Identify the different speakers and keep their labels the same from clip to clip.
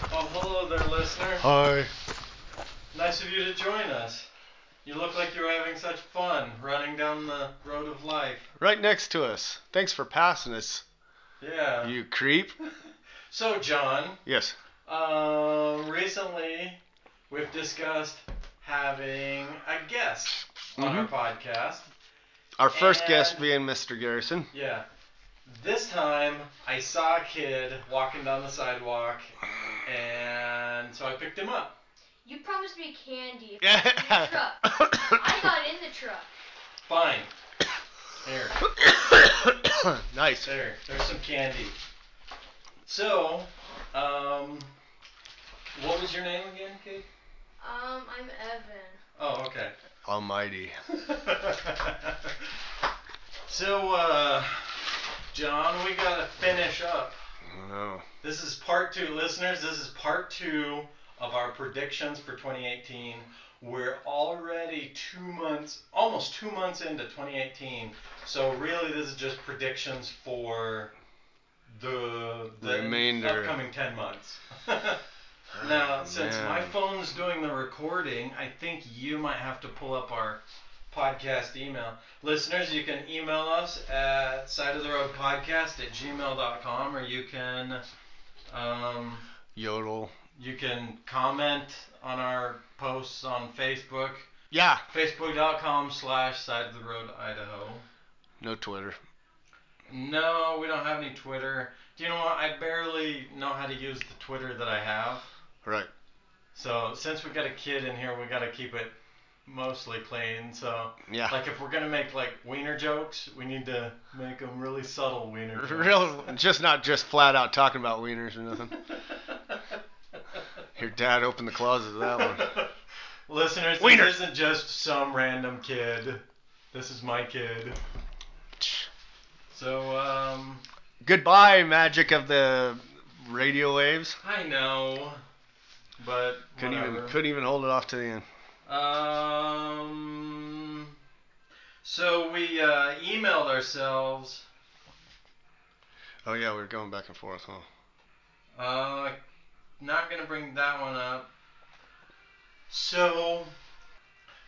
Speaker 1: hello there, listener.
Speaker 2: Hi.
Speaker 1: Nice of you to join us. You look like you're having such fun running down the road of life.
Speaker 2: Right next to us. Thanks for passing us,
Speaker 1: Yeah.
Speaker 2: you creep.
Speaker 1: So, John,
Speaker 2: Yes.
Speaker 1: um, recently we've discussed having a guest on our
Speaker 2: Mhm.
Speaker 1: podcast.
Speaker 2: Our first guest
Speaker 1: And-
Speaker 2: being Mr. Garrison.
Speaker 1: Yeah. This time I saw a kid walking down the sidewalk, and so I picked him up.
Speaker 3: You promised me candy. if I got in the truck. I got in the truck.
Speaker 1: Fine. Here.
Speaker 2: nice.
Speaker 1: There, there's some candy. So, um, what was your name again, Kate?
Speaker 3: Um, I'm Evan.
Speaker 1: Oh, okay.
Speaker 2: Almighty.
Speaker 1: so, uh, John, we gotta finish up.
Speaker 2: Oh.
Speaker 1: This is part two, listeners. This is part two of our predictions for 2018. We're already two months, almost two months into 2018. So really, this is just predictions for the, the
Speaker 2: Remainder.
Speaker 1: upcoming 10 months. now,
Speaker 2: Oh,
Speaker 1: since
Speaker 2: man.
Speaker 1: my phone's doing the recording, I think you might have to pull up our podcast email. Listeners, you can email us at side of the road podcast at gmail.com or you can um,
Speaker 2: Yodel.
Speaker 1: you can comment on our posts on Facebook.
Speaker 2: Yeah.
Speaker 1: Facebook.com slash side of the road Idaho.
Speaker 2: No Twitter.
Speaker 1: No, we don't have any Twitter. Do you know what? I barely know how to use the Twitter that I have.
Speaker 2: Right.
Speaker 1: So since we got a kid in here, we got to keep it mostly clean. So
Speaker 2: Yeah.
Speaker 1: like if we're gonna make like wiener jokes, we need to make them really subtle wiener. Jokes.
Speaker 2: Real, just not just flat out talking about wieners or nothing. Your dad opened the closet of that one.
Speaker 1: Listeners,
Speaker 2: Wiener.
Speaker 1: this isn't just some random kid. This is my kid. So um,
Speaker 2: Goodbye, magic of the radio waves.
Speaker 1: I know, but
Speaker 2: Couldn't even
Speaker 1: whatever.
Speaker 2: couldn't even hold it off to the end.
Speaker 1: Um. So we uh, emailed ourselves.
Speaker 2: Oh yeah, we were going back and forth, huh?
Speaker 1: Uh, not gonna bring that one up. So,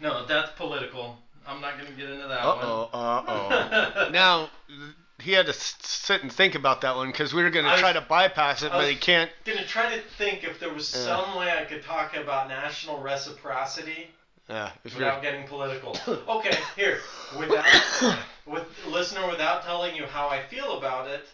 Speaker 1: no, that's political. I'm not gonna get into that
Speaker 2: Uh oh, uh
Speaker 1: one.
Speaker 2: oh. now th- he had to s- sit and think about that one because we were gonna
Speaker 1: I was-
Speaker 2: try to bypass it,
Speaker 1: I
Speaker 2: but
Speaker 1: was-
Speaker 2: he can't.
Speaker 1: gonna try to think if there was
Speaker 2: Yeah.
Speaker 1: some way I could talk about national reciprocity
Speaker 2: Yeah, if
Speaker 1: without
Speaker 2: you're,
Speaker 1: getting political. Okay, here, without with listener, without telling you how I feel about it.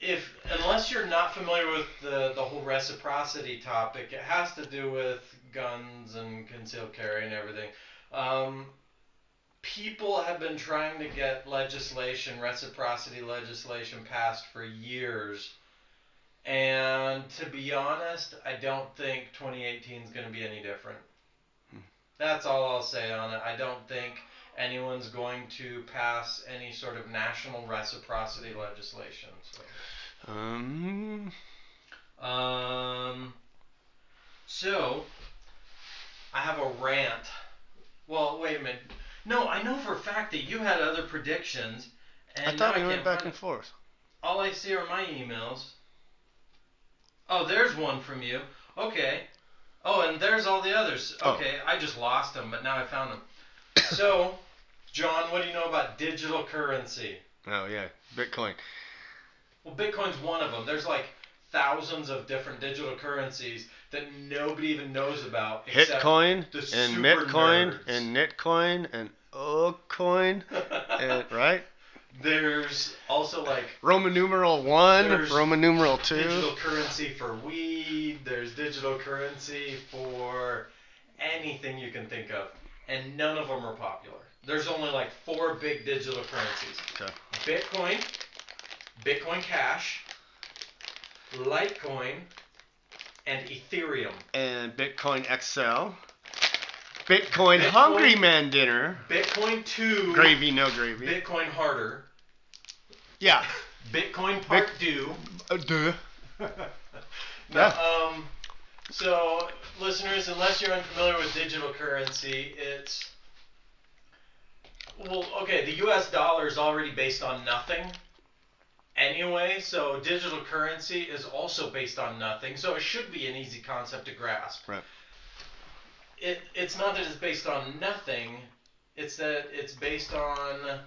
Speaker 1: If unless you're not familiar with the the whole reciprocity topic, it has to do with guns and concealed carry and everything. Um, people have been trying to get legislation, reciprocity legislation, passed for years. And to be honest, I don't think 2018 is going to be any different.
Speaker 2: Hmm.
Speaker 1: That's all I'll say on it. I don't think anyone's going to pass any sort of national reciprocity legislation. So,
Speaker 2: um,
Speaker 1: um, so I have a rant. Well, wait a minute. No, I know for a fact that you had other predictions. And
Speaker 2: I thought
Speaker 1: now
Speaker 2: we
Speaker 1: can't
Speaker 2: went back
Speaker 1: find
Speaker 2: and forth.
Speaker 1: all I see are my emails. Oh, there's one from you. Okay. Oh, and there's all the others.
Speaker 2: Oh.
Speaker 1: Okay, I just lost them, but now I found them. so, John, what do you know about digital currency?
Speaker 2: Oh yeah, Bitcoin.
Speaker 1: Well, Bitcoin's one of them. There's like thousands of different digital currencies that nobody even knows about. except
Speaker 2: Hitcoin
Speaker 1: uh, the
Speaker 2: and
Speaker 1: super
Speaker 2: Bitcoin
Speaker 1: nerds.
Speaker 2: and Nitcoin and Ocoin, and, right?
Speaker 1: There's also like
Speaker 2: Roman numeral one,
Speaker 1: There's
Speaker 2: Roman numeral two.
Speaker 1: digital currency for weed. There's digital currency for anything you can think of, and none of them are popular. There's only like four big digital currencies:
Speaker 2: Okay.
Speaker 1: Bitcoin, Bitcoin Cash, Litecoin, and Ethereum.
Speaker 2: and Bitcoin XL, Bitcoin,
Speaker 1: Bitcoin-
Speaker 2: Hungry Man Dinner,
Speaker 1: Bitcoin Two,
Speaker 2: gravy, no gravy.
Speaker 1: Bitcoin Harder,
Speaker 2: yeah.
Speaker 1: Bitcoin Part Due.
Speaker 2: Uh, duh.
Speaker 1: No,
Speaker 2: Yeah.
Speaker 1: um, so, listeners, unless you're unfamiliar with digital currency, it's. Well, okay, the US dollar is already based on nothing. anyway, so digital currency is also based on nothing, so it should be an easy concept to grasp.
Speaker 2: Right.
Speaker 1: It, it's not that it's based on nothing, it's that it's based on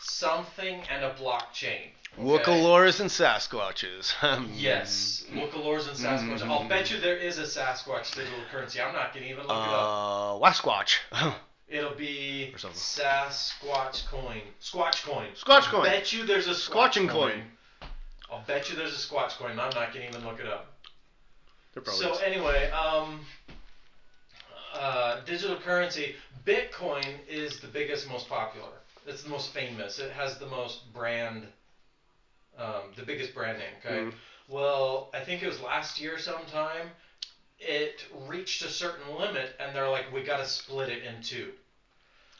Speaker 1: something and a blockchain.
Speaker 2: Wookalores and Sasquatches. Hmm.
Speaker 1: Yes, Wookalores and Sasquatch.
Speaker 2: Mm-hmm.
Speaker 1: I'll bet you there is a Sasquatch digital currency. I'm not going to even look it up.
Speaker 2: Uh, Wasquatch.
Speaker 1: It'll be
Speaker 2: or something.
Speaker 1: Sasquatch coin. Squatch coin.
Speaker 2: Squatch coin.
Speaker 1: I'll bet you there's a Squatch
Speaker 2: Squatching coin.
Speaker 1: I'll bet you there's a Squatch coin. I'm not going to even look it up.
Speaker 2: There
Speaker 1: so anyway, um, uh, digital currency, Bitcoin is the biggest, most popular. It's the most famous. It has the most brand, um, the biggest brand name. Okay.
Speaker 2: Mhm.
Speaker 1: Well, I think it was last year sometime. It reached a certain limit, and they're like, we got to split it in two.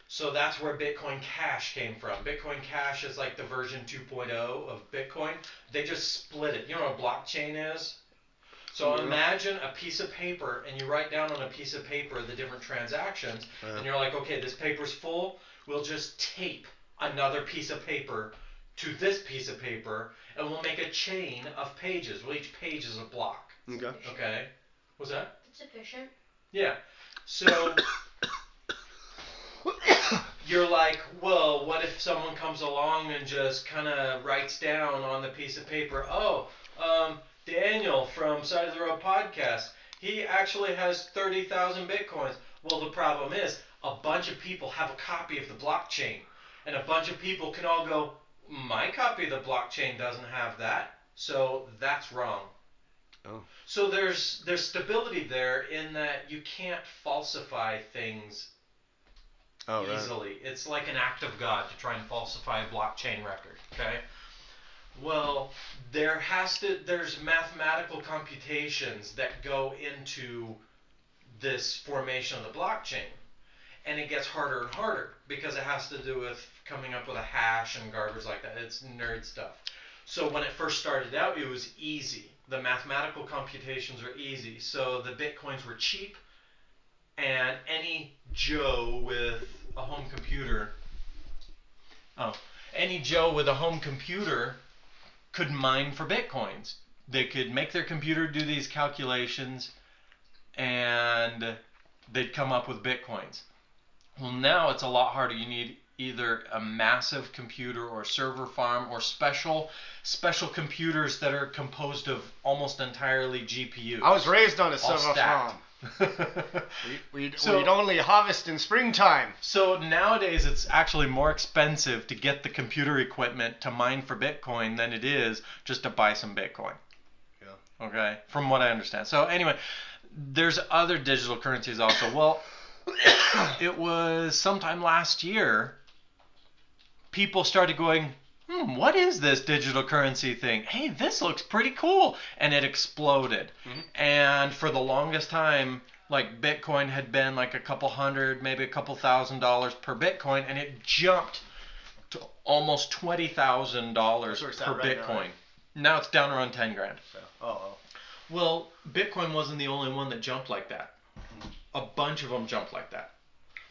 Speaker 1: So that's where Bitcoin Cash came from. Bitcoin Cash is like the version 2.0 of Bitcoin. They just split it. You know what a blockchain is? So
Speaker 2: Yeah.
Speaker 1: imagine a piece of paper and you write down on a piece of paper the different transactions
Speaker 2: Yeah.
Speaker 1: and you're like, okay, this paper's full. We'll just tape another piece of paper to this piece of paper and we'll make a chain of pages. Well, each page is a block.
Speaker 2: Okay.
Speaker 1: Okay? What's that?
Speaker 3: It's efficient.
Speaker 1: Yeah. So you're like, well, what if someone comes along and just kind of writes down on the piece of paper, oh, um, Daniel from Side of the Road podcast, he actually has 30,000 bitcoins. Well, the problem is, a bunch of people have a copy of the blockchain, and a bunch of people can all go, my copy of the blockchain doesn't have that, so that's wrong.
Speaker 2: Oh.
Speaker 1: So there's there's stability there in that you can't falsify things
Speaker 2: Oh, right.
Speaker 1: easily. It's like an act of God to try and falsify a blockchain record. Okay. Well, there has to there's mathematical computations that go into this formation of the blockchain, and it gets harder and harder because it has to do with coming up with a hash and garbage like that. It's nerd stuff. So when it first started out, it was easy. The mathematical computations were easy. So the bitcoins were cheap and any Joe with a home computer, oh, any Joe with a home computer could mine for bitcoins. They could make their computer do these calculations, and they'd come up with bitcoins. Well, now it's a lot harder. You need either a massive computer or server farm or special special computers that are composed of almost entirely GPUs.
Speaker 2: I was raised on a
Speaker 1: all
Speaker 2: silver
Speaker 1: stacked.
Speaker 2: farm. We, we'd,
Speaker 1: So-
Speaker 2: we'd only harvest in springtime.
Speaker 1: So nowadays, it's actually more expensive to get the computer equipment to mine for Bitcoin than it is just to buy some Bitcoin. Yeah. Okay, from what I understand. So anyway, there's other digital currencies also. Well, it was sometime last year, people started going, hmm, what is this digital currency thing? Hey, this looks pretty cool. And it exploded.
Speaker 2: Mm-hmm.
Speaker 1: And for the longest time, like Bitcoin had been like a couple hundred, maybe a couple thousand dollars per Bitcoin, and it jumped to almost twenty thousand dollars
Speaker 2: That's
Speaker 1: per
Speaker 2: where it's at right now,
Speaker 1: Bitcoin.
Speaker 2: right?
Speaker 1: Now it's down around ten grand.
Speaker 2: Oh,
Speaker 1: Well, Bitcoin wasn't the only one that jumped like that. A bunch of them jumped like that.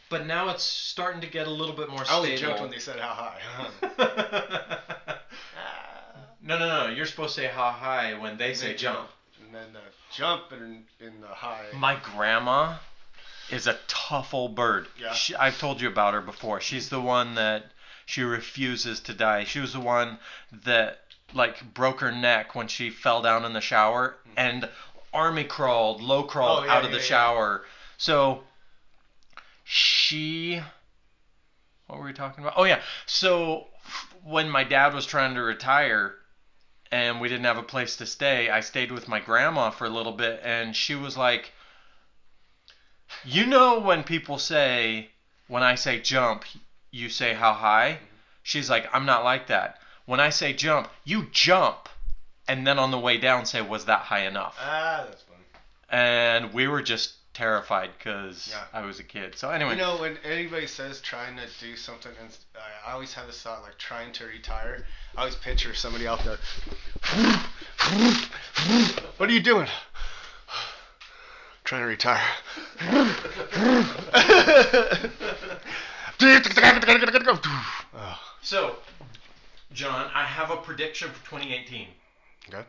Speaker 1: But now it's starting to get a little bit more
Speaker 2: I
Speaker 1: stable.
Speaker 2: only joked when they said how high.
Speaker 1: no, no, no. You're supposed to say how high when they say
Speaker 2: They
Speaker 1: jump.
Speaker 2: jump. and then the jump and in the high.
Speaker 1: My grandma is a tough old bird.
Speaker 2: Yeah.
Speaker 1: She, I've told you about her before. She's the one that she refuses to die. She was the one that like broke her neck when she fell down in the shower and army crawled, low crawled
Speaker 2: Mm-hmm. Oh, yeah,
Speaker 1: out of
Speaker 2: yeah,
Speaker 1: the
Speaker 2: yeah.
Speaker 1: shower. So she what were we talking about? Oh yeah. So f- when my dad was trying to retire, and we didn't have a place to stay, I stayed with my grandma for a little bit, and she was like, You know, when people say, when I say jump, you say how high? She's like, I'm not like that. When I say jump, you jump. And then on the way down, say, Was that high enough?
Speaker 2: Ah, that's funny.
Speaker 1: And we were just terrified because
Speaker 2: Yeah.
Speaker 1: I was a kid. So, anyway.
Speaker 2: You know, when anybody says trying to do something, and I always have this thought like trying to retire. I always picture somebody out there. What are you doing? Trying to retire. oh,
Speaker 1: so, John, I have a prediction for 2018.
Speaker 2: Okay.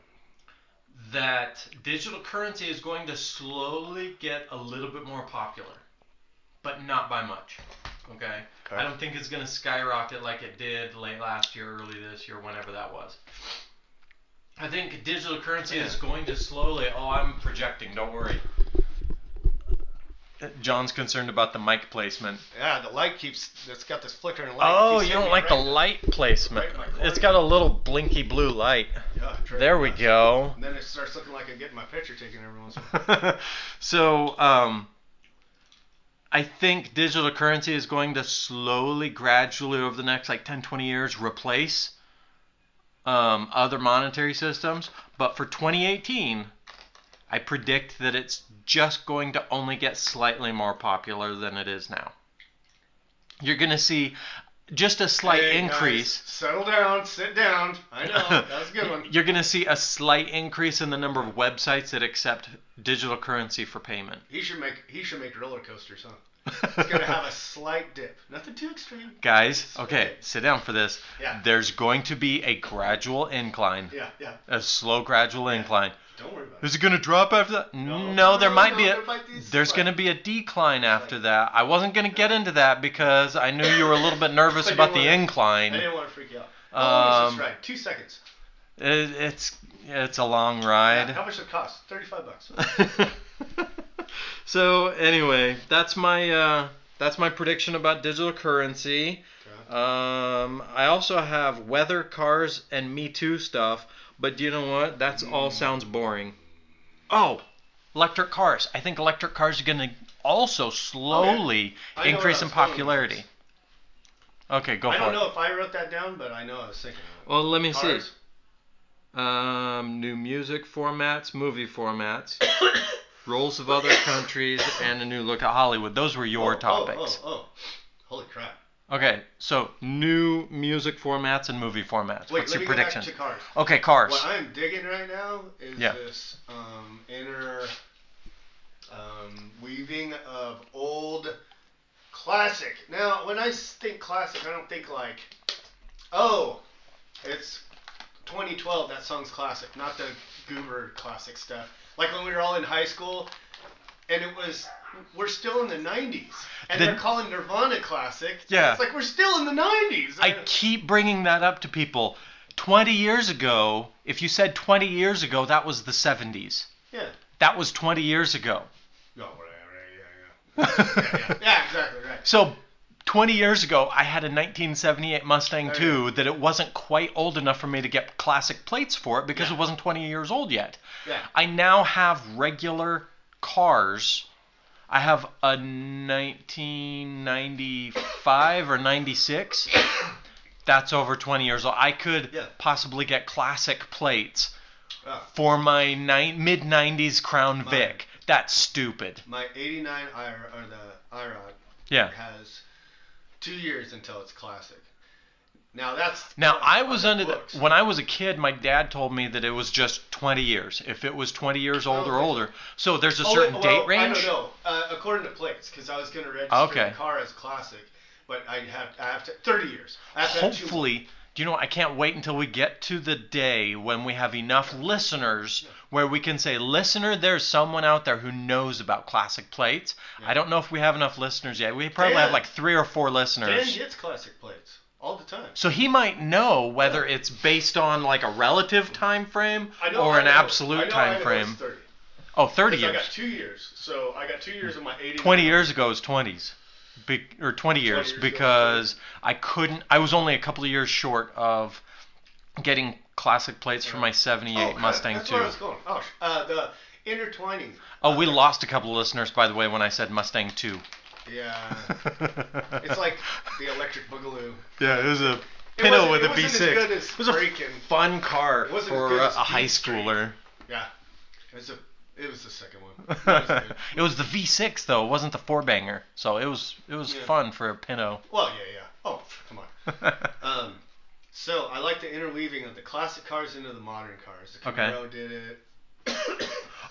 Speaker 1: That digital currency is going to slowly get a little bit more popular, but not by much. Okay. I don't think it's going to skyrocket like it did late last year, early this year, whenever that was. I think digital currency is going to slowly. Oh, I'm projecting. Don't worry. John's concerned about the mic placement.
Speaker 2: Yeah, the light keeps. It's got this flickering light.
Speaker 1: Oh,
Speaker 2: Keeps
Speaker 1: you
Speaker 2: hitting
Speaker 1: don't
Speaker 2: me
Speaker 1: like the
Speaker 2: right-
Speaker 1: light placement.
Speaker 2: right in my corner.
Speaker 1: It's got a little blinky blue light.
Speaker 2: Yeah, true.
Speaker 1: There we go.
Speaker 2: And then it starts looking like I get my picture taken every once in a while.
Speaker 1: so, um, I think digital currency is going to slowly, gradually, over the next like 10, 20 years, replace um, other monetary systems. But for 2018, I predict that it's just going to only get slightly more popular than it is now. You're going to see just a slight
Speaker 2: Hey, guys,
Speaker 1: increase.
Speaker 2: settle down. Sit down. I know. That was a good one.
Speaker 1: You're going to see a slight increase in the number of websites that accept digital currency for payment.
Speaker 2: He should make. He should make roller coasters, huh? It's gonna have a slight dip. Nothing too extreme.
Speaker 1: Guys, okay, sit down for this.
Speaker 2: Yeah.
Speaker 1: There's going to be a gradual incline,
Speaker 2: Yeah, yeah.
Speaker 1: a slow gradual incline.
Speaker 2: Don't worry about it.
Speaker 1: Is it going to drop after that? No, there
Speaker 2: No,
Speaker 1: might
Speaker 2: no,
Speaker 1: be
Speaker 2: there
Speaker 1: a
Speaker 2: might be a
Speaker 1: there's
Speaker 2: slight-
Speaker 1: going to be a decline after that. I wasn't going to get into that because I knew you were a little bit nervous
Speaker 2: I
Speaker 1: about
Speaker 2: didn't
Speaker 1: the
Speaker 2: wanna-
Speaker 1: incline.
Speaker 2: I didn't want to freak you out. How
Speaker 1: Um,
Speaker 2: long is oh, this ride? Two seconds.
Speaker 1: it, it's it's a long
Speaker 2: Yeah,
Speaker 1: ride.
Speaker 2: how much does it cost? Thirty-five bucks.
Speaker 1: so anyway, that's my uh, that's my prediction about digital currency. Um, I also have weather, cars, and Me Too stuff. But do you know what? That's all sounds boring. Mm. Oh, electric cars. I think electric cars are gonna also slowly
Speaker 2: I know
Speaker 1: increase in
Speaker 2: where I was going with
Speaker 1: popularity. Okay, go
Speaker 2: I
Speaker 1: for
Speaker 2: don't
Speaker 1: it.
Speaker 2: know if I wrote that down, but I know I was thinking. of it.
Speaker 1: Well, let me see.
Speaker 2: Cars?
Speaker 1: Um, new music formats, movie formats, roles of other countries, and a new look at Hollywood. Those were your
Speaker 2: Oh,
Speaker 1: topics.
Speaker 2: Oh, oh, oh. Holy crap!
Speaker 1: Okay, so new music formats and movie formats.
Speaker 2: Wait,
Speaker 1: What's
Speaker 2: let
Speaker 1: your
Speaker 2: me
Speaker 1: prediction?
Speaker 2: go back to cars.
Speaker 1: Okay, cars.
Speaker 2: What I'm digging right now is
Speaker 1: Yeah.
Speaker 2: this um, inner um, weaving of old classic. Now, when I s- think classic, I don't think like, oh, it's 2012. That song's classic, not the goober classic stuff. Like when we were all in high school, and it was. We're still in the 90s, and
Speaker 1: The-
Speaker 2: they're calling Nirvana classic.
Speaker 1: Yeah.
Speaker 2: it's like we're still in the 90s.
Speaker 1: I keep bringing that up to people. 20 years ago, if you said 20 years ago, that was the 70s.
Speaker 2: yeah.
Speaker 1: That was 20 years ago.
Speaker 2: No, right, right, yeah, yeah. yeah, yeah. yeah, exactly, right.
Speaker 1: So, 20 years ago, I had a 1978 Mustang
Speaker 2: Oh, yeah.
Speaker 1: too that it wasn't quite old enough for me to get classic plates for it because it wasn't 20 years old yet.
Speaker 2: Yeah.
Speaker 1: I now have regular cars. I have a 1995 or 96. That's over 20 years old. I could
Speaker 2: Yeah.
Speaker 1: possibly get classic plates
Speaker 2: Oh,
Speaker 1: for my ni- mid 90s Crown Vic. That's stupid.
Speaker 2: my 89 IR, or the IROD
Speaker 1: Yeah.
Speaker 2: has two years until it's classic. Now that's
Speaker 1: Now
Speaker 2: that's
Speaker 1: I
Speaker 2: on
Speaker 1: was
Speaker 2: the
Speaker 1: under the,
Speaker 2: books.
Speaker 1: when I was a kid, my dad told me that it was just 20 years. If it was 20 years old or
Speaker 2: okay.
Speaker 1: older, so there's a
Speaker 2: Oh,
Speaker 1: certain
Speaker 2: well,
Speaker 1: date range.
Speaker 2: I don't know. Uh, according to plates, because I was going to register
Speaker 1: Okay.
Speaker 2: the car as classic, but I have I have to 30 years. I have to have two-
Speaker 1: Hopefully, do you know? I can't wait until we get to the day when we have enough listeners where we can say, "Listener, there's someone out there who knows about classic plates." I don't know if we have enough listeners yet. We probably have
Speaker 2: Dan-
Speaker 1: like three or four listeners.
Speaker 2: Dan gets classic plates all the time.
Speaker 1: So he might know whether it's based on like a relative time frame
Speaker 2: I know
Speaker 1: or an
Speaker 2: Idaho- I
Speaker 1: absolute
Speaker 2: know
Speaker 1: time
Speaker 2: Idaho's
Speaker 1: frame.
Speaker 2: 30.
Speaker 1: Oh, 30
Speaker 2: 'Cause I
Speaker 1: years.
Speaker 2: got two years, so I got two years of my 80.
Speaker 1: 20 years ago is 20s be- or 20 years,
Speaker 2: years ago,
Speaker 1: because I couldn't I was only a couple of years short of getting classic plates for my 78 Mustang
Speaker 2: Oh, That's where I
Speaker 1: too.
Speaker 2: was going. Oh, sh- uh, the intertwining.
Speaker 1: Oh, we lost a couple of listeners by the way when I said Mustang 2.
Speaker 2: Yeah. It's like the electric boogaloo.
Speaker 1: yeah, it was a
Speaker 2: It
Speaker 1: Pinto
Speaker 2: wasn't-
Speaker 1: with
Speaker 2: it
Speaker 1: a
Speaker 2: wasn't as
Speaker 1: V6.
Speaker 2: good as
Speaker 1: it was a
Speaker 2: Breakin'.
Speaker 1: fun car
Speaker 2: It wasn't as
Speaker 1: for
Speaker 2: good
Speaker 1: a,
Speaker 2: as
Speaker 1: a high
Speaker 2: Beat Street.
Speaker 1: schooler.
Speaker 2: Yeah. It was a. It was the second one. It was good.
Speaker 1: it was the V6 though, it wasn't the four banger, so it was it was
Speaker 2: Yeah.
Speaker 1: fun for a Pinto.
Speaker 2: well, yeah, yeah. Oh, pff, come on. Um, so I like the interweaving of the classic cars into the modern cars. The
Speaker 1: Okay.
Speaker 2: Camaro did it.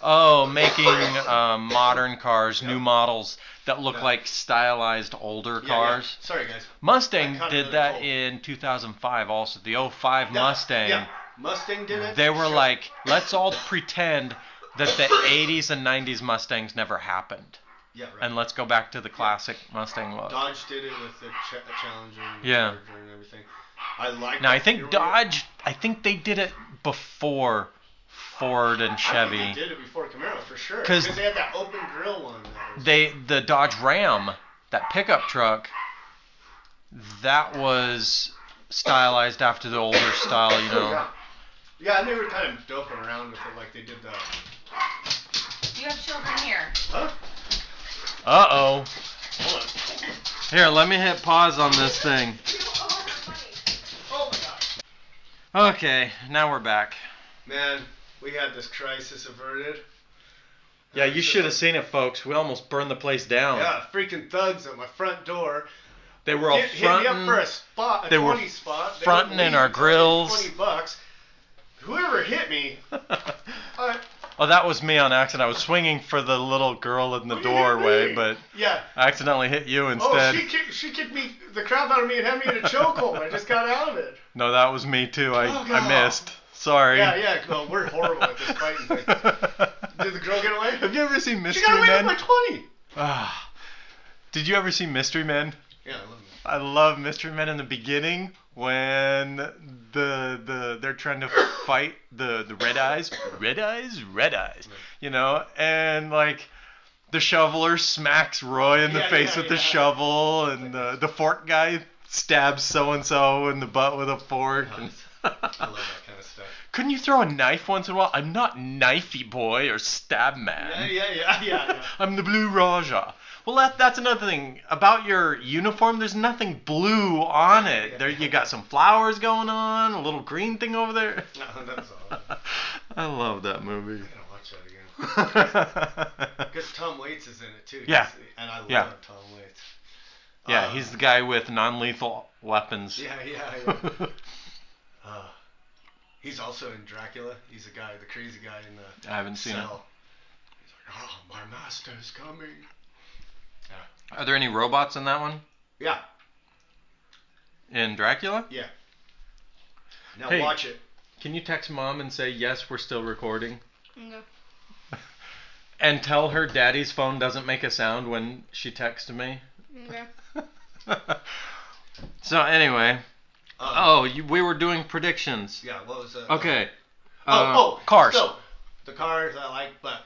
Speaker 1: oh, making uh, modern cars, new models that look
Speaker 2: Yeah.
Speaker 1: like stylized older
Speaker 2: Yeah, yeah.
Speaker 1: cars.
Speaker 2: Sorry, guys. I
Speaker 1: Mustang
Speaker 2: caught
Speaker 1: did
Speaker 2: another
Speaker 1: that
Speaker 2: cold.
Speaker 1: in 2005 also. The 05
Speaker 2: Yeah,
Speaker 1: Mustang.
Speaker 2: Yeah. Mustang did it.
Speaker 1: They were
Speaker 2: Sure.
Speaker 1: like, let's all pretend that the 80s and 90s Mustangs never happened.
Speaker 2: Yeah. Right.
Speaker 1: And let's go back to the classic Mustang look.
Speaker 2: Dodge did it with the ch- Challenger. And
Speaker 1: Yeah.
Speaker 2: Charger and everything. I like.
Speaker 1: Now, I
Speaker 2: that
Speaker 1: think
Speaker 2: theory.
Speaker 1: Dodge, I think they did it before Ford and
Speaker 2: I think they
Speaker 1: Chevy.
Speaker 2: did it before Camaro for sure.
Speaker 1: 'Cause-
Speaker 2: Because they had that open grill one. that was-
Speaker 1: They the Dodge Ram, that pickup truck, that was stylized after the older style, you know.
Speaker 2: Yeah. Yeah, and they were kind of doping around with it, like they did the.
Speaker 4: You have children here.
Speaker 2: Huh?
Speaker 1: Uh-oh.
Speaker 2: Hold on.
Speaker 1: Here, let me hit pause on this thing.
Speaker 2: Oh my god.
Speaker 1: Okay, now we're back.
Speaker 2: Man, we had this crisis averted.
Speaker 1: Yeah, you should have seen it, folks. We almost burned the place down.
Speaker 2: Yeah, freaking thugs at my front door.
Speaker 1: Oh. They were all
Speaker 2: Hit- hit me up
Speaker 1: fronting.
Speaker 2: for a spot, a
Speaker 1: they were
Speaker 2: 20 spot. They
Speaker 1: fronting
Speaker 2: would
Speaker 1: in our
Speaker 2: leave,
Speaker 1: grills.
Speaker 2: 20 bucks. Whoever hit me, uh, I,
Speaker 1: oh, that was me on accident. I was swinging for the little girl in the
Speaker 2: What do Oh, you
Speaker 1: doorway,
Speaker 2: mean?
Speaker 1: but
Speaker 2: yeah.
Speaker 1: I accidentally hit you instead.
Speaker 2: Oh, she kicked, she kicked me, the crap out of me and had me in a chokehold. I just got out of it.
Speaker 1: No, that was me too. I,
Speaker 2: Oh, God.
Speaker 1: I missed. Sorry.
Speaker 2: Yeah, yeah, no, we're horrible at this fighting thing. Did the girl get away?
Speaker 1: Have you ever seen
Speaker 2: She
Speaker 1: Mystery
Speaker 2: got away
Speaker 1: Men?
Speaker 2: with my 20.
Speaker 1: Ah. Did you ever see Mystery Men?
Speaker 2: Yeah, I love
Speaker 1: I love Mystery Men in the beginning when the the they're trying to fight the the red eyes, red eyes, red eyes, you know, and like the shoveler smacks Roy in the
Speaker 2: Yeah,
Speaker 1: face
Speaker 2: yeah,
Speaker 1: with the
Speaker 2: yeah.
Speaker 1: shovel, and the the fork guy stabs so and so in the butt with a fork. and-
Speaker 2: I love that kind of stuff.
Speaker 1: Couldn't you throw a knife once in a while? I'm not knifey boy or stab man.
Speaker 2: Yeah, yeah, yeah, yeah. yeah.
Speaker 1: I'm the blue Raja. Well, that, that's another thing about your uniform. There's nothing blue on it. There, you got some flowers going on, a little green thing over there.
Speaker 2: No, that's all. I
Speaker 1: I love that movie.
Speaker 2: gotta watch that again. Because Tom Waits is in it too.
Speaker 1: Yeah.
Speaker 2: He's- And I love
Speaker 1: Yeah.
Speaker 2: Tom Waits.
Speaker 1: yeah,
Speaker 2: Uh,
Speaker 1: he's the guy with non-lethal weapons.
Speaker 2: Yeah, yeah, yeah. uh, he's also in Dracula. He's the guy, the crazy guy in the
Speaker 1: I haven't seen
Speaker 2: cell. He's like, oh, my master's coming.
Speaker 1: it. Are there any robots in that one?
Speaker 2: Yeah,
Speaker 1: In Dracula?
Speaker 2: yeah. Now
Speaker 1: Hey.
Speaker 2: watch it.
Speaker 1: Can you text mom and say yes, we're still recording,
Speaker 3: No.
Speaker 1: and tell her daddy's phone doesn't make a sound when she texts me?
Speaker 3: Okay.
Speaker 1: so anyway.
Speaker 2: Um,
Speaker 1: Oh, you, we were doing predictions.
Speaker 2: Yeah, what was that?
Speaker 1: Okay.
Speaker 2: Oh,
Speaker 1: Uh,
Speaker 2: oh,
Speaker 1: cars.
Speaker 2: So, the cars I like, but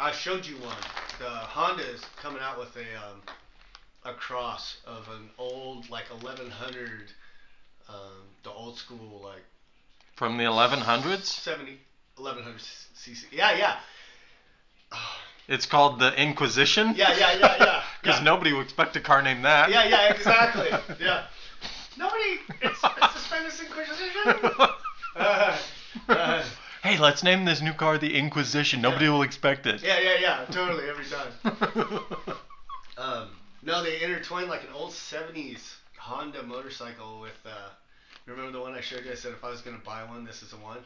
Speaker 2: I showed you one. The Honda is coming out with a um, a cross of an old like 1100, um, the old school like
Speaker 1: From the 1100s,
Speaker 2: 70, 1100 cc. Yeah, yeah,
Speaker 1: it's called the Inquisition.
Speaker 2: yeah, yeah, yeah, yeah.
Speaker 1: Because
Speaker 2: yeah.
Speaker 1: nobody would expect a car named that.
Speaker 2: Yeah, yeah, exactly. yeah. Nobody expects to spend this inquisition. Uh, uh,
Speaker 1: hey, let's name this new car the Inquisition. Nobody will expect it.
Speaker 2: yeah, yeah, yeah. Totally every time. Um, no, they intertwined like an old '70s Honda motorcycle with. Uh, remember the one I showed you? I said if I was gonna buy one, this is the one.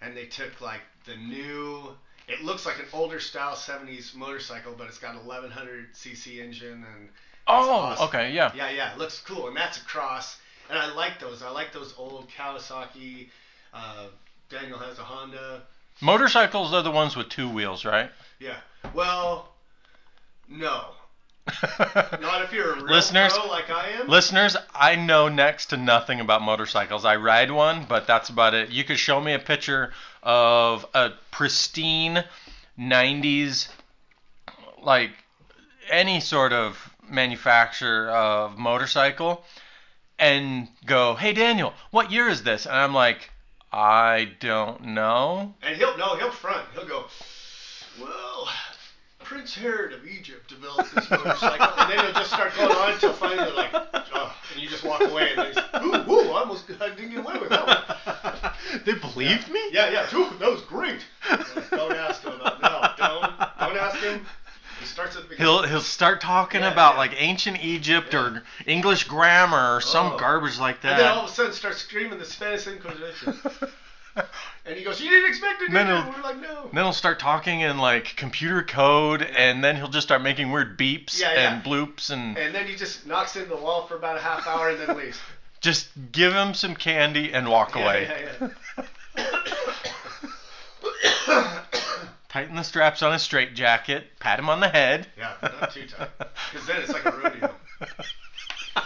Speaker 2: And they took like the new. It looks like an older style '70s motorcycle, but it's got 1100 cc engine and.
Speaker 1: oh,
Speaker 2: awesome.
Speaker 1: okay, yeah.
Speaker 2: Yeah, yeah, it looks cool, and that's a cross. And I like those. I like those old Kawasaki. Uh, Daniel has a Honda.
Speaker 1: Motorcycles are the ones with two wheels, right?
Speaker 2: Yeah. Well, no, not if you're a real
Speaker 1: Listeners,
Speaker 2: pro like I am.
Speaker 1: Listeners, I know next to nothing about motorcycles. I ride one, but that's about it. You could show me a picture of a pristine 90s, like any sort of manufacturer of motorcycle, and go, hey, Daniel, what year is this? And I'm like, I don't know.
Speaker 2: And he'll no, he'll front. He'll go, well, Prince Herod of Egypt developed this motorcycle, and then he'll just start going on until finally like, oh, and you just walk away, and he's, ooh, ooh, I almost I didn't get away with that one.
Speaker 1: they believed me?
Speaker 2: Yeah, yeah, ooh, that was great. Don't ask him about no, don't, don't ask him. He starts at the beginning.
Speaker 1: He'll he'll start talking
Speaker 2: Yeah,
Speaker 1: about
Speaker 2: yeah.
Speaker 1: like ancient Egypt
Speaker 2: Yeah.
Speaker 1: or English grammar or some
Speaker 2: Oh.
Speaker 1: garbage like
Speaker 2: and then all
Speaker 1: that.
Speaker 2: of a sudden starts screaming the Spanish Inquisition. And he goes, "You didn't expect it."
Speaker 1: No,
Speaker 2: did
Speaker 1: no.
Speaker 2: you?" We're like, "No."
Speaker 1: Then he'll start talking in like computer code, and then he'll just start making weird beeps
Speaker 2: Yeah, yeah.
Speaker 1: and bloops, and
Speaker 2: And then he just knocks into the wall for about a half hour and then leaves.
Speaker 1: just give him some candy and walk
Speaker 2: Yeah,
Speaker 1: away.
Speaker 2: yeah,
Speaker 1: Tighten the straps on his straight jacket, pat him on the head.
Speaker 2: yeah, not too tight. Because then it's like a rodeo.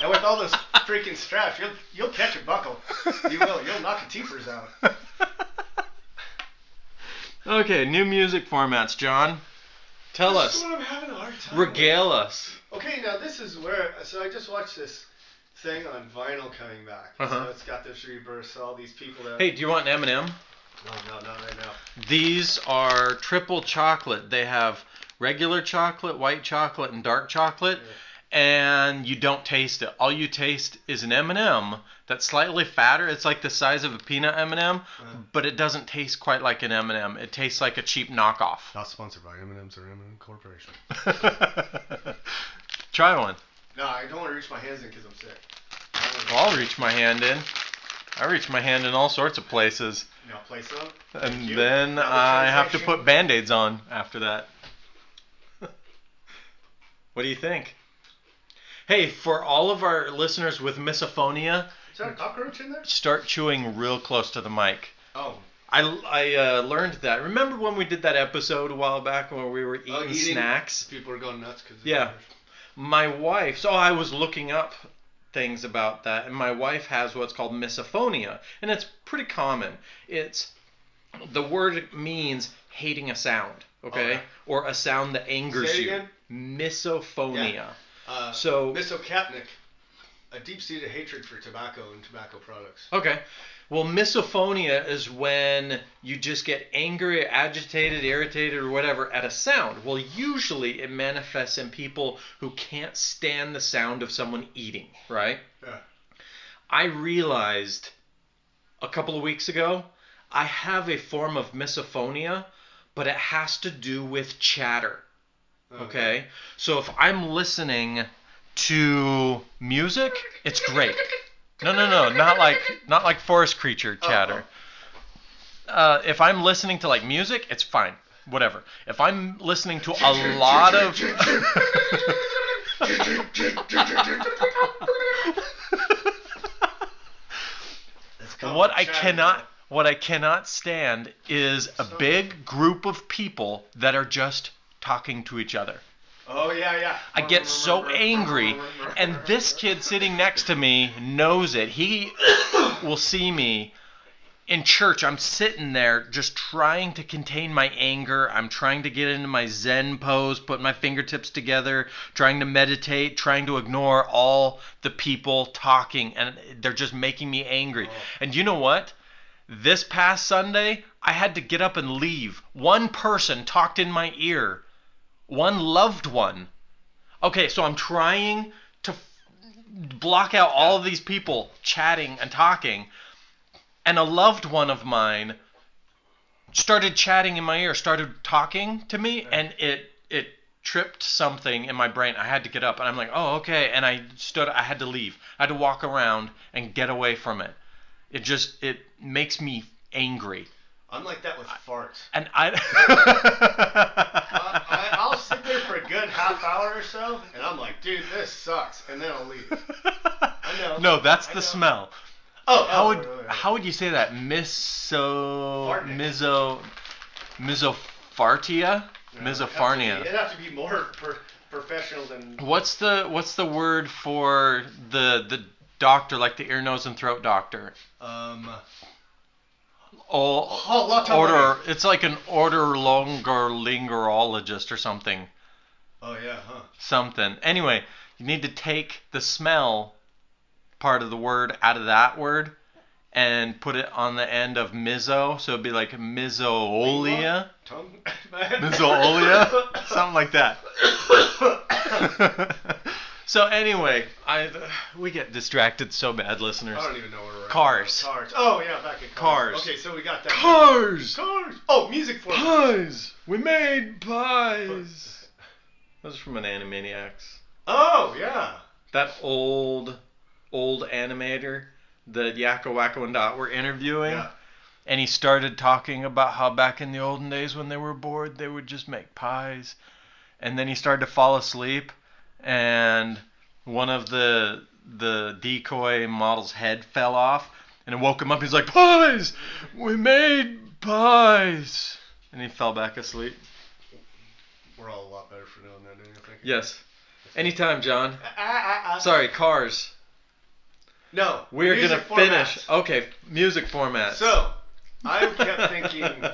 Speaker 2: And with all those freaking straps, you'll you'll catch a buckle. You will. You'll knock a teepers out.
Speaker 1: okay, new music formats, John. Tell
Speaker 2: This
Speaker 1: us.
Speaker 2: is what I'm having a hard time. with.
Speaker 1: Regale us.
Speaker 2: Okay, now this is where. So I just watched this thing on vinyl coming back.
Speaker 1: Uh-huh.
Speaker 2: So it's got this reverse. All these people that.
Speaker 1: Hey, do you want an M&M?
Speaker 2: No, no, not right now.
Speaker 1: These are triple chocolate. They have regular chocolate, white chocolate, and dark chocolate, and you don't taste it. All you taste is an M&M that's slightly fatter. It's like the size of a peanut M&M, but it doesn't taste quite like an M&M. It tastes like a cheap knockoff.
Speaker 2: Not sponsored by M&M's or M&M Corporation.
Speaker 1: Try one.
Speaker 2: No, I don't want to reach my hands in because I'm sick. I don't
Speaker 1: Well, I'll reach my hand in. I reach my hand in all sorts of places,
Speaker 2: Now play some.
Speaker 1: and
Speaker 2: you.
Speaker 1: then
Speaker 2: Now the
Speaker 1: I have to
Speaker 2: translation.
Speaker 1: put band-aids on after that. what do you think? Hey, for all of our listeners with misophonia,
Speaker 2: Is that a cockroach in there?
Speaker 1: start chewing real close to the mic.
Speaker 2: Oh,
Speaker 1: I, I uh, learned that. Remember when we did that episode a while back where we were eating,
Speaker 2: Oh, eating-
Speaker 1: snacks?
Speaker 2: people are going nuts because.
Speaker 1: Yeah. my wife so i was looking up things about that and my wife has what's called misophonia and it's pretty common it's the word means hating a sound okay,
Speaker 2: Okay.
Speaker 1: or a sound that angers
Speaker 2: Say it
Speaker 1: you
Speaker 2: again?
Speaker 1: misophonia
Speaker 2: Uh,
Speaker 1: so
Speaker 2: Miss O'Kapnick, a deep-seated hatred for tobacco and tobacco products.
Speaker 1: okay well misophonia is when you just get angry agitated irritated or whatever at a sound well usually it manifests in people who can't stand the sound of someone eating right
Speaker 2: Yeah.
Speaker 1: I realized a couple of weeks ago I have a form of misophonia, but it has to do with chatter.
Speaker 2: Um, Oh,
Speaker 1: Okay? So if I'm listening to music, it's great. No, no, no, not like not like forest creature chatter. Uh, if I'm listening to like music, it's fine. Whatever. If I'm listening to a lot of
Speaker 2: That's called
Speaker 1: what I
Speaker 2: chatter.
Speaker 1: cannot what I cannot stand is a big group of people that are just talking to each other.
Speaker 2: Oh yeah, yeah.
Speaker 1: I get so angry and this kid sitting next to me knows it. He will see me in church. I'm sitting there just trying to contain my anger. I'm trying to get into my zen pose, put my fingertips together, trying to meditate, trying to ignore all the people talking and they're just making me angry. And you know what? This past Sunday, I had to get up and leave. One person talked in my ear. One loved one. Okay, so I'm trying to f- block out all of these people chatting and talking, and a loved one of mine started chatting in my ear, started talking to me, and it it tripped something in my brain. I had to get up, and I'm like, oh okay, and I stood. I had to leave. I had to walk around and get away from it. It just it makes me angry,
Speaker 2: I'm like that with farts.
Speaker 1: and I.
Speaker 2: I, I, I'll sit there for a good half hour or so, and I'm like, dude, this sucks, and then I'll leave. I know.
Speaker 1: No, that's
Speaker 2: I
Speaker 1: the
Speaker 2: know.
Speaker 1: smell.
Speaker 2: Oh,
Speaker 1: How
Speaker 2: oh,
Speaker 1: would
Speaker 2: right, right, right.
Speaker 1: how would you say that? Miso
Speaker 2: Fartnik.
Speaker 1: miso misophartia
Speaker 2: Yeah, E it'd have to be-
Speaker 1: misopharnia.
Speaker 2: It'd have to be more per, professional than.
Speaker 1: What's the what's the word for the the doctor like the ear nose and throat doctor?
Speaker 2: Um.
Speaker 1: Oh,
Speaker 2: Oh, lot
Speaker 1: order. It's like an order longer lingerologist or something.
Speaker 2: Oh yeah, huh?
Speaker 1: something. Anyway, you need to take the smell part of the word out of that word and put it on the end of miso, so it'd be like misoolia,
Speaker 2: Tongue.
Speaker 1: misoolia, something like that. so anyway, I we get distracted so bad, listeners.
Speaker 2: I don't even know where we're at.
Speaker 1: Cars.
Speaker 2: Cars. Oh yeah, back at
Speaker 1: Cars.
Speaker 2: cars. Okay, so we got that.
Speaker 1: Cars,
Speaker 2: Cars. Oh, music for.
Speaker 1: pies. We made pies. That was from an Animaniacs.
Speaker 2: Oh yeah.
Speaker 1: that old old animator that Yakko Wacko and Dot were interviewing,
Speaker 2: Yeah.
Speaker 1: and he started talking about how back in the olden days when they were bored, they would just make pies. And then he started to fall asleep, and one of the the decoy model's head fell off, and it woke him up. He's like, "Pies, we made pies," and he fell back asleep.
Speaker 2: We're all a lot better for knowing that than you think.
Speaker 1: Yes. Anytime, John.
Speaker 2: Ah, ah, ah.
Speaker 1: Sorry, cars.
Speaker 2: No.
Speaker 1: We're
Speaker 2: music
Speaker 1: gonna
Speaker 2: format.
Speaker 1: finish. Okay, music format.
Speaker 2: So, I kept thinking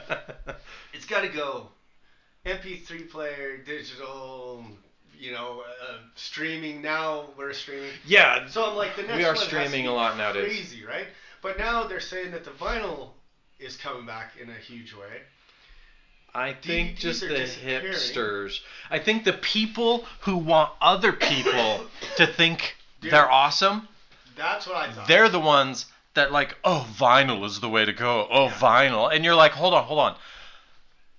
Speaker 2: it's got to go MP3 player, digital, you know, uh, streaming. Now we're streaming.
Speaker 1: yeah,
Speaker 2: So I'm like, the next
Speaker 1: we are
Speaker 2: one has to
Speaker 1: streaming
Speaker 2: be
Speaker 1: a lot nowadays.
Speaker 2: Crazy, right? But now they're saying that the vinyl is coming back in a huge way.
Speaker 1: I think
Speaker 2: DVDs
Speaker 1: just
Speaker 2: are
Speaker 1: the
Speaker 2: disappearing.
Speaker 1: hipsters. I think the people who want other people to think
Speaker 2: Dude.
Speaker 1: they're awesome,
Speaker 2: That's what I thought.
Speaker 1: they're the ones that like, oh, vinyl is the way to go. Oh,
Speaker 2: Yeah.
Speaker 1: vinyl. And you're like, hold on, hold on.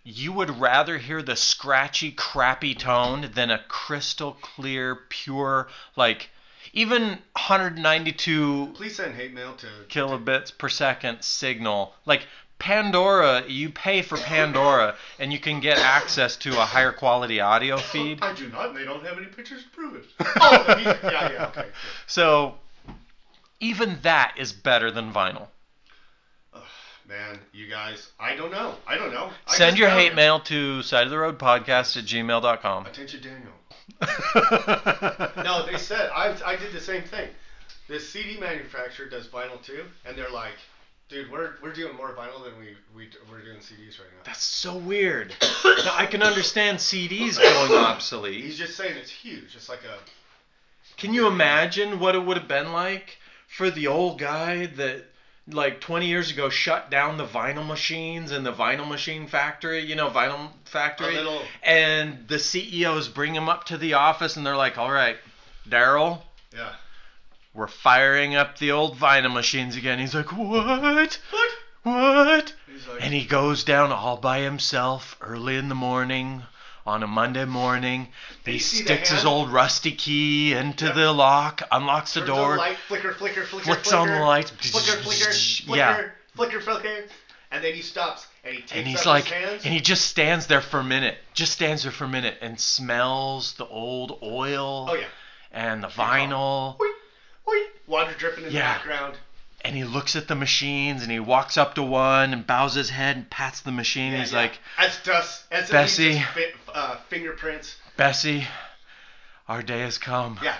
Speaker 1: You would rather hear the scratchy, crappy tone than a crystal clear, pure, like even 192
Speaker 2: Please send hate mail to.
Speaker 1: kilobits per second signal. Like Pandora, you pay for Pandora and you can get access to a higher quality audio feed.
Speaker 2: Oh, I do not, and they don't have any pictures to prove it. oh, the music- yeah, yeah, okay. good.
Speaker 1: So even that is better than vinyl.
Speaker 2: Man, you guys, I don't know. I don't know. I
Speaker 1: Send
Speaker 2: just
Speaker 1: your
Speaker 2: found
Speaker 1: hate
Speaker 2: it.
Speaker 1: mail to side of the road podcast at gmail.com.
Speaker 2: Attention, Daniel. No, they said I, I did the same thing. The CD manufacturer does vinyl too, and they're like, dude, we're, we're doing more vinyl than we, we we're doing CDs right now.
Speaker 1: That's so weird. Now, I can understand CDs going obsolete.
Speaker 2: He's just saying it's huge. It's like a
Speaker 1: Can you imagine what it would have been like for the old guy that, like, 20 years ago shut down the vinyl machines and the vinyl machine factory, you know, vinyl
Speaker 2: a
Speaker 1: factory?
Speaker 2: little.
Speaker 1: And the CEOs bring him up to the office and they're like, all right, Daryl,
Speaker 2: Yeah.
Speaker 1: we're firing up the old vinyl machines again. He's like, what?
Speaker 2: What?
Speaker 1: What?
Speaker 2: He's like,
Speaker 1: And he goes down all by himself early in the morning on a Monday morning. He
Speaker 2: you see the
Speaker 1: sticks his
Speaker 2: hand?
Speaker 1: old rusty key into
Speaker 2: Yep.
Speaker 1: the lock, unlocks the
Speaker 2: turns on
Speaker 1: door.
Speaker 2: light, flicker, flicker, flicker.
Speaker 1: Flicks
Speaker 2: flicker,
Speaker 1: on the lights.
Speaker 2: Flicker, flicker, flicker,
Speaker 1: Yeah.
Speaker 2: flicker, flicker. And then he stops and he takes
Speaker 1: And he's
Speaker 2: up
Speaker 1: like,
Speaker 2: his hands.
Speaker 1: and he just stands there for a minute, just stands there for a minute, and smells the old oil
Speaker 2: oh yeah.
Speaker 1: and the vinyl,
Speaker 2: Whee, whee. Water dripping in
Speaker 1: Yeah.
Speaker 2: the background.
Speaker 1: and he looks at the machines, and he walks up to one and bows his head and pats the machine.
Speaker 2: Yeah,
Speaker 1: he's
Speaker 2: yeah.
Speaker 1: like,
Speaker 2: as dust, as
Speaker 1: Bessie.
Speaker 2: Elisa's fi- uh, fingerprints.
Speaker 1: Bessie, our day has come.
Speaker 2: Yeah,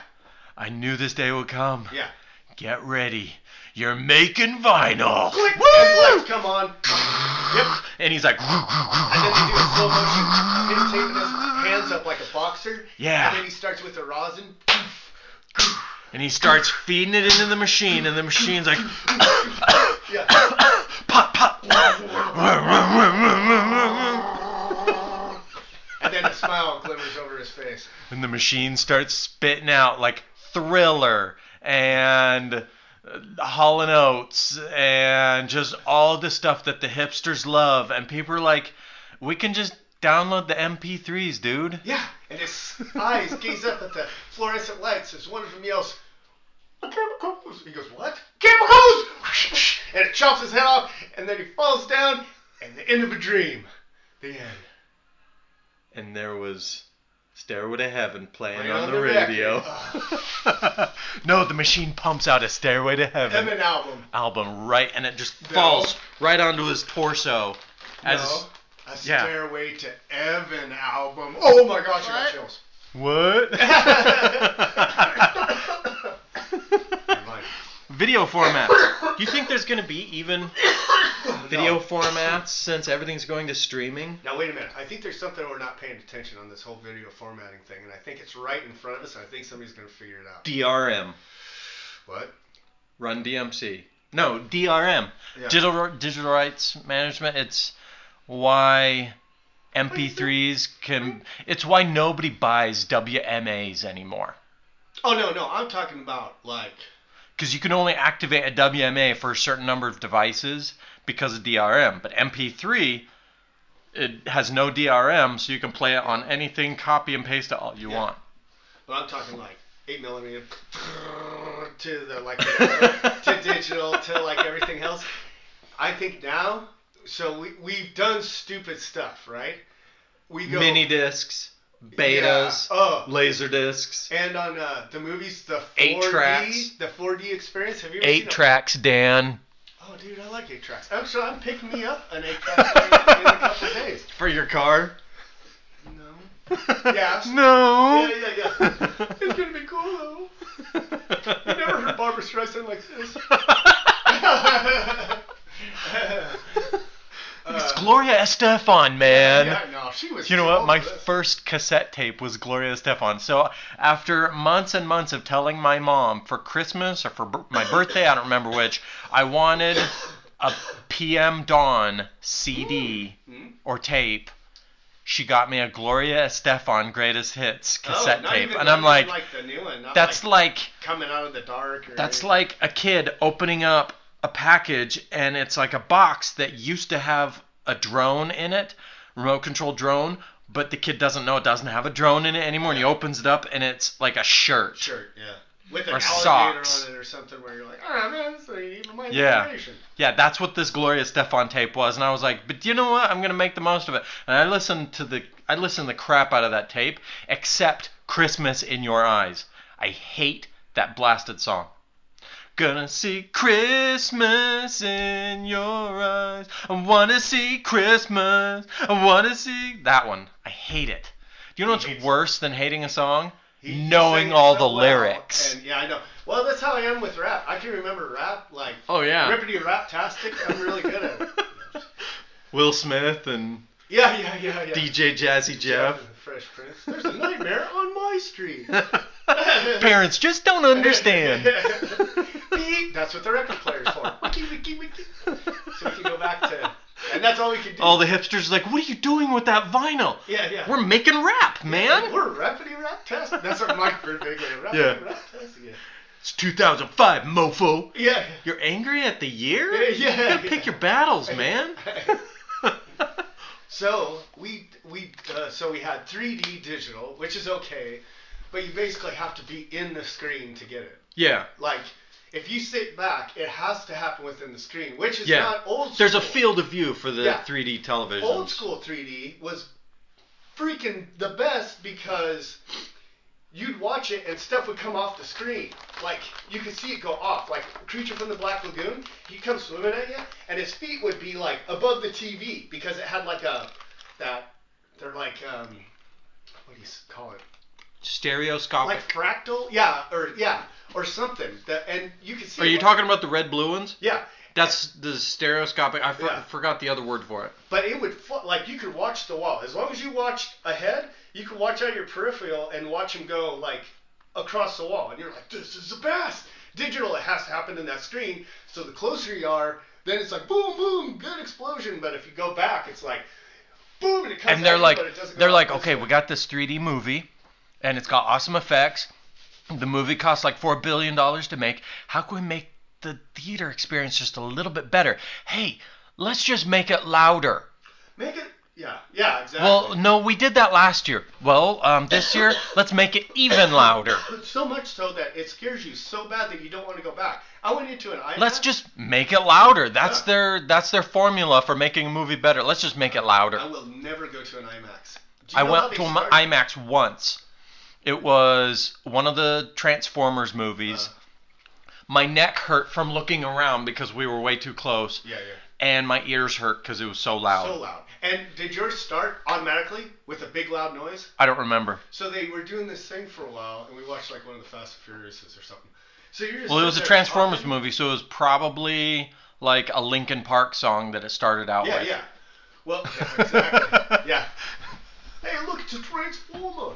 Speaker 1: I knew this day would come.
Speaker 2: yeah.
Speaker 1: Get ready. You're making vinyl.
Speaker 2: Click,
Speaker 1: Woo!
Speaker 2: and lights come on. Yep.
Speaker 1: And he's like,
Speaker 2: And then they do a slow motion, him taping his hands up like a boxer.
Speaker 1: Yeah.
Speaker 2: And then he starts with the rosin.
Speaker 1: and he starts feeding it into the machine, and the machine's like,
Speaker 2: Yeah.
Speaker 1: pop, pop.
Speaker 2: And then a smile glimmers over his face.
Speaker 1: and the machine starts spitting out like Thriller and uh, Hall and Oates and just all the stuff that the hipsters love. And people are like, we can just download the MP3s, dude.
Speaker 2: Yeah. And his eyes gaze up at the fluorescent lights as one of them yells, "The chemicals!" He goes, "What? Chemicals!" And it chops his head off, and then he falls down, and the end of a dream. The end.
Speaker 1: And there was Stairway to Heaven playing
Speaker 2: Right
Speaker 1: on,
Speaker 2: on
Speaker 1: the,
Speaker 2: the
Speaker 1: radio. no, the machine pumps out a Stairway to Heaven
Speaker 2: Emin album.
Speaker 1: album right, and it just
Speaker 2: No.
Speaker 1: falls right onto his torso. As
Speaker 2: no, a
Speaker 1: yeah.
Speaker 2: Stairway to Evan album. Oh my gosh, I got
Speaker 5: What?
Speaker 2: chills.
Speaker 1: what?
Speaker 2: Never mind.
Speaker 1: Video formats. Do you think there's going to be even video formats since everything's going to streaming?
Speaker 2: Now wait a minute. I think there's something we're not paying attention on this whole video formatting thing, and I think it's right in front of us. And I think somebody's gonna figure it out.
Speaker 1: DRM.
Speaker 2: What?
Speaker 1: Run DMC. No, DRM.
Speaker 2: Yeah.
Speaker 1: Digital, digital rights management. It's why MP3s can. It's why nobody buys WMAs anymore.
Speaker 2: Oh no, no. I'm talking about like.
Speaker 1: Because you can only activate a WMA for a certain number of devices because of DRM. But MP3, it has no DRM, so you can play it on anything, copy and paste it all you
Speaker 2: Yeah.
Speaker 1: want.
Speaker 2: Well, I'm talking like eight millimeter to the like to digital to like everything else. I think now, so we, we've done stupid stuff, right? We go
Speaker 1: Mini discs,
Speaker 2: Yeah,
Speaker 1: betas,
Speaker 2: oh,
Speaker 1: laser discs,
Speaker 2: and on uh, the movies, the 4D,
Speaker 1: Eight tracks.
Speaker 2: the 4D experience. Have you ever seen
Speaker 1: eight
Speaker 2: a-
Speaker 1: tracks, Dan,
Speaker 2: Oh, dude, I like eight tracks. Oh, so I'm picking me up an eight track in a couple days.
Speaker 1: for your car.
Speaker 2: No. Yeah.
Speaker 1: no.
Speaker 2: Yeah, yeah, yeah. It's gonna be cool though. You never heard Barbara Streisand like this. Uh,
Speaker 1: It's
Speaker 2: Uh,
Speaker 1: Gloria Estefan, man.
Speaker 2: Yeah, no, she was.
Speaker 1: You know what?
Speaker 2: too
Speaker 1: My
Speaker 2: old for this.
Speaker 1: first cassette tape was Gloria Estefan. So after months and months of telling my mom for Christmas or for b- my birthday, I don't remember which, I wanted a PM Dawn CD
Speaker 2: Mm.
Speaker 1: or tape. She got me a Gloria Estefan Greatest Hits
Speaker 2: Oh,
Speaker 1: cassette
Speaker 2: not
Speaker 1: tape,
Speaker 2: even-
Speaker 1: and
Speaker 2: not
Speaker 1: I'm
Speaker 2: even
Speaker 1: like,
Speaker 2: the new one. Not
Speaker 1: that's
Speaker 2: like
Speaker 1: like
Speaker 2: coming out of the dark. Or
Speaker 1: that's
Speaker 2: anything.
Speaker 1: like a kid opening up a package and it's like a box that used to have a drone in it, remote control drone, but the kid doesn't know it doesn't have a drone in it anymore and he opens it up and it's like a shirt.
Speaker 2: shirt, yeah, with an
Speaker 1: Or
Speaker 2: alligator
Speaker 1: socks.
Speaker 2: on it or something. Where you're like, oh man, this ain't even my
Speaker 1: Yeah.
Speaker 2: generation.
Speaker 1: Yeah, that's what this Gloria Stefan tape was and I was like, "But you know what? I'm going to make the most of it." And I listened to the I listened to the crap out of that tape except Christmas in Your Eyes. I hate that blasted song. Gonna see Christmas in your eyes. I wanna see Christmas. I wanna see that one. I hate it. Do you know
Speaker 2: He
Speaker 1: what's
Speaker 2: hates it.
Speaker 1: worse than hating a song?
Speaker 2: He- he
Speaker 1: Knowing
Speaker 2: sang
Speaker 1: all
Speaker 2: so
Speaker 1: the
Speaker 2: well,
Speaker 1: lyrics.
Speaker 2: And yeah, I know. Well, that's how I am with rap. I can remember rap like
Speaker 1: Oh yeah.
Speaker 2: rippity raptastic. I'm really good at it.
Speaker 1: Will Smith and
Speaker 2: Yeah, yeah, yeah, yeah.
Speaker 1: DJ Jazzy
Speaker 2: Jeff
Speaker 1: Jeff.
Speaker 2: and the Fresh Prince. There's a nightmare on my street.
Speaker 1: Parents just don't understand.
Speaker 2: Beep. That's what the record player's for. Wiki, wiki, wiki. So we can go back to, and that's all we can do.
Speaker 1: all the hipsters are like, what are you doing with that vinyl?
Speaker 2: yeah, yeah.
Speaker 1: We're making rap, man.
Speaker 2: We're rapity raptastic. That's what Mike Verbiga. Rapity
Speaker 1: Yeah.
Speaker 2: raptastic. Yeah.
Speaker 1: It's 2005, mofo.
Speaker 2: Yeah.
Speaker 1: You're angry at the year?
Speaker 2: Yeah,
Speaker 1: You
Speaker 2: yeah,
Speaker 1: gotta pick
Speaker 2: yeah.
Speaker 1: your battles, man.
Speaker 2: So we we uh, so we had 3D digital, which is okay, but you basically have to be in the screen to get it.
Speaker 1: yeah.
Speaker 2: Like if you sit back, it has to happen within the screen, which is
Speaker 1: Yeah.
Speaker 2: not old. School.
Speaker 1: There's a field of view for the
Speaker 2: Yeah.
Speaker 1: 3D television.
Speaker 2: Old school 3D was freaking the best because you'd watch it and stuff would come off the screen. Like you could see it go off. Like Creature from the Black Lagoon, he'd come swimming at you, and his feet would be like above the TV because it had like a that they're like um what do you s- call it?
Speaker 1: Stereoscopic.
Speaker 2: Like fractal? Yeah, or yeah, or something. That and you could see.
Speaker 1: Are
Speaker 2: it
Speaker 1: you
Speaker 2: like-
Speaker 1: talking about the red blue ones?
Speaker 2: Yeah,
Speaker 1: That's the stereoscopic. I for-
Speaker 2: Yeah.
Speaker 1: forgot the other word for it.
Speaker 2: But it would fl- like you could watch the wall as long as you watched ahead. You could watch out your peripheral and watch him go like across the wall, and you're like, "This is the best." Digital, it has to happen in that screen. So the closer you are, then it's like boom, boom, good explosion. But if you go back, it's like boom, and it comes.
Speaker 1: And they're
Speaker 2: at you,
Speaker 1: like,
Speaker 2: but it doesn't go
Speaker 1: they're
Speaker 2: out
Speaker 1: like,
Speaker 2: this
Speaker 1: okay,
Speaker 2: way."
Speaker 1: we got this 3D movie, and it's got awesome effects. The movie costs like four billion dollars to make. How can we make the theater experience just a little bit better? Hey, let's just make it louder.
Speaker 2: make it. Yeah, yeah, exactly.
Speaker 1: Well, no, we did that last year. Well, um, this year, let's make it even louder.
Speaker 2: so much so that it scares you so bad that you don't want to go back. I went into an IMAX.
Speaker 1: Let's just make it louder. That's
Speaker 2: Yeah.
Speaker 1: their that's their formula for making a movie better. Let's just make it louder.
Speaker 2: I will never go to an IMAX. Do you
Speaker 1: I
Speaker 2: know how
Speaker 1: went
Speaker 2: they
Speaker 1: to an
Speaker 2: started?
Speaker 1: IMAX once. It was one of the Transformers movies.
Speaker 2: Uh.
Speaker 1: My neck hurt from looking around because we were way too close,
Speaker 2: Yeah, yeah.
Speaker 1: and my ears hurt because it was so loud.
Speaker 2: So loud. And did yours start automatically with a big loud noise?
Speaker 1: I don't remember.
Speaker 2: So they were doing this thing for a while, and we watched like one of the Fast and Furiouses or something. So you're just
Speaker 1: Well, it was a
Speaker 2: sitting there
Speaker 1: Transformers
Speaker 2: talking.
Speaker 1: movie, so it was probably like a Linkin Park song that it started out
Speaker 2: Yeah,
Speaker 1: with.
Speaker 2: yeah. Well, yeah, exactly. yeah. Hey, look, it's a Transformer.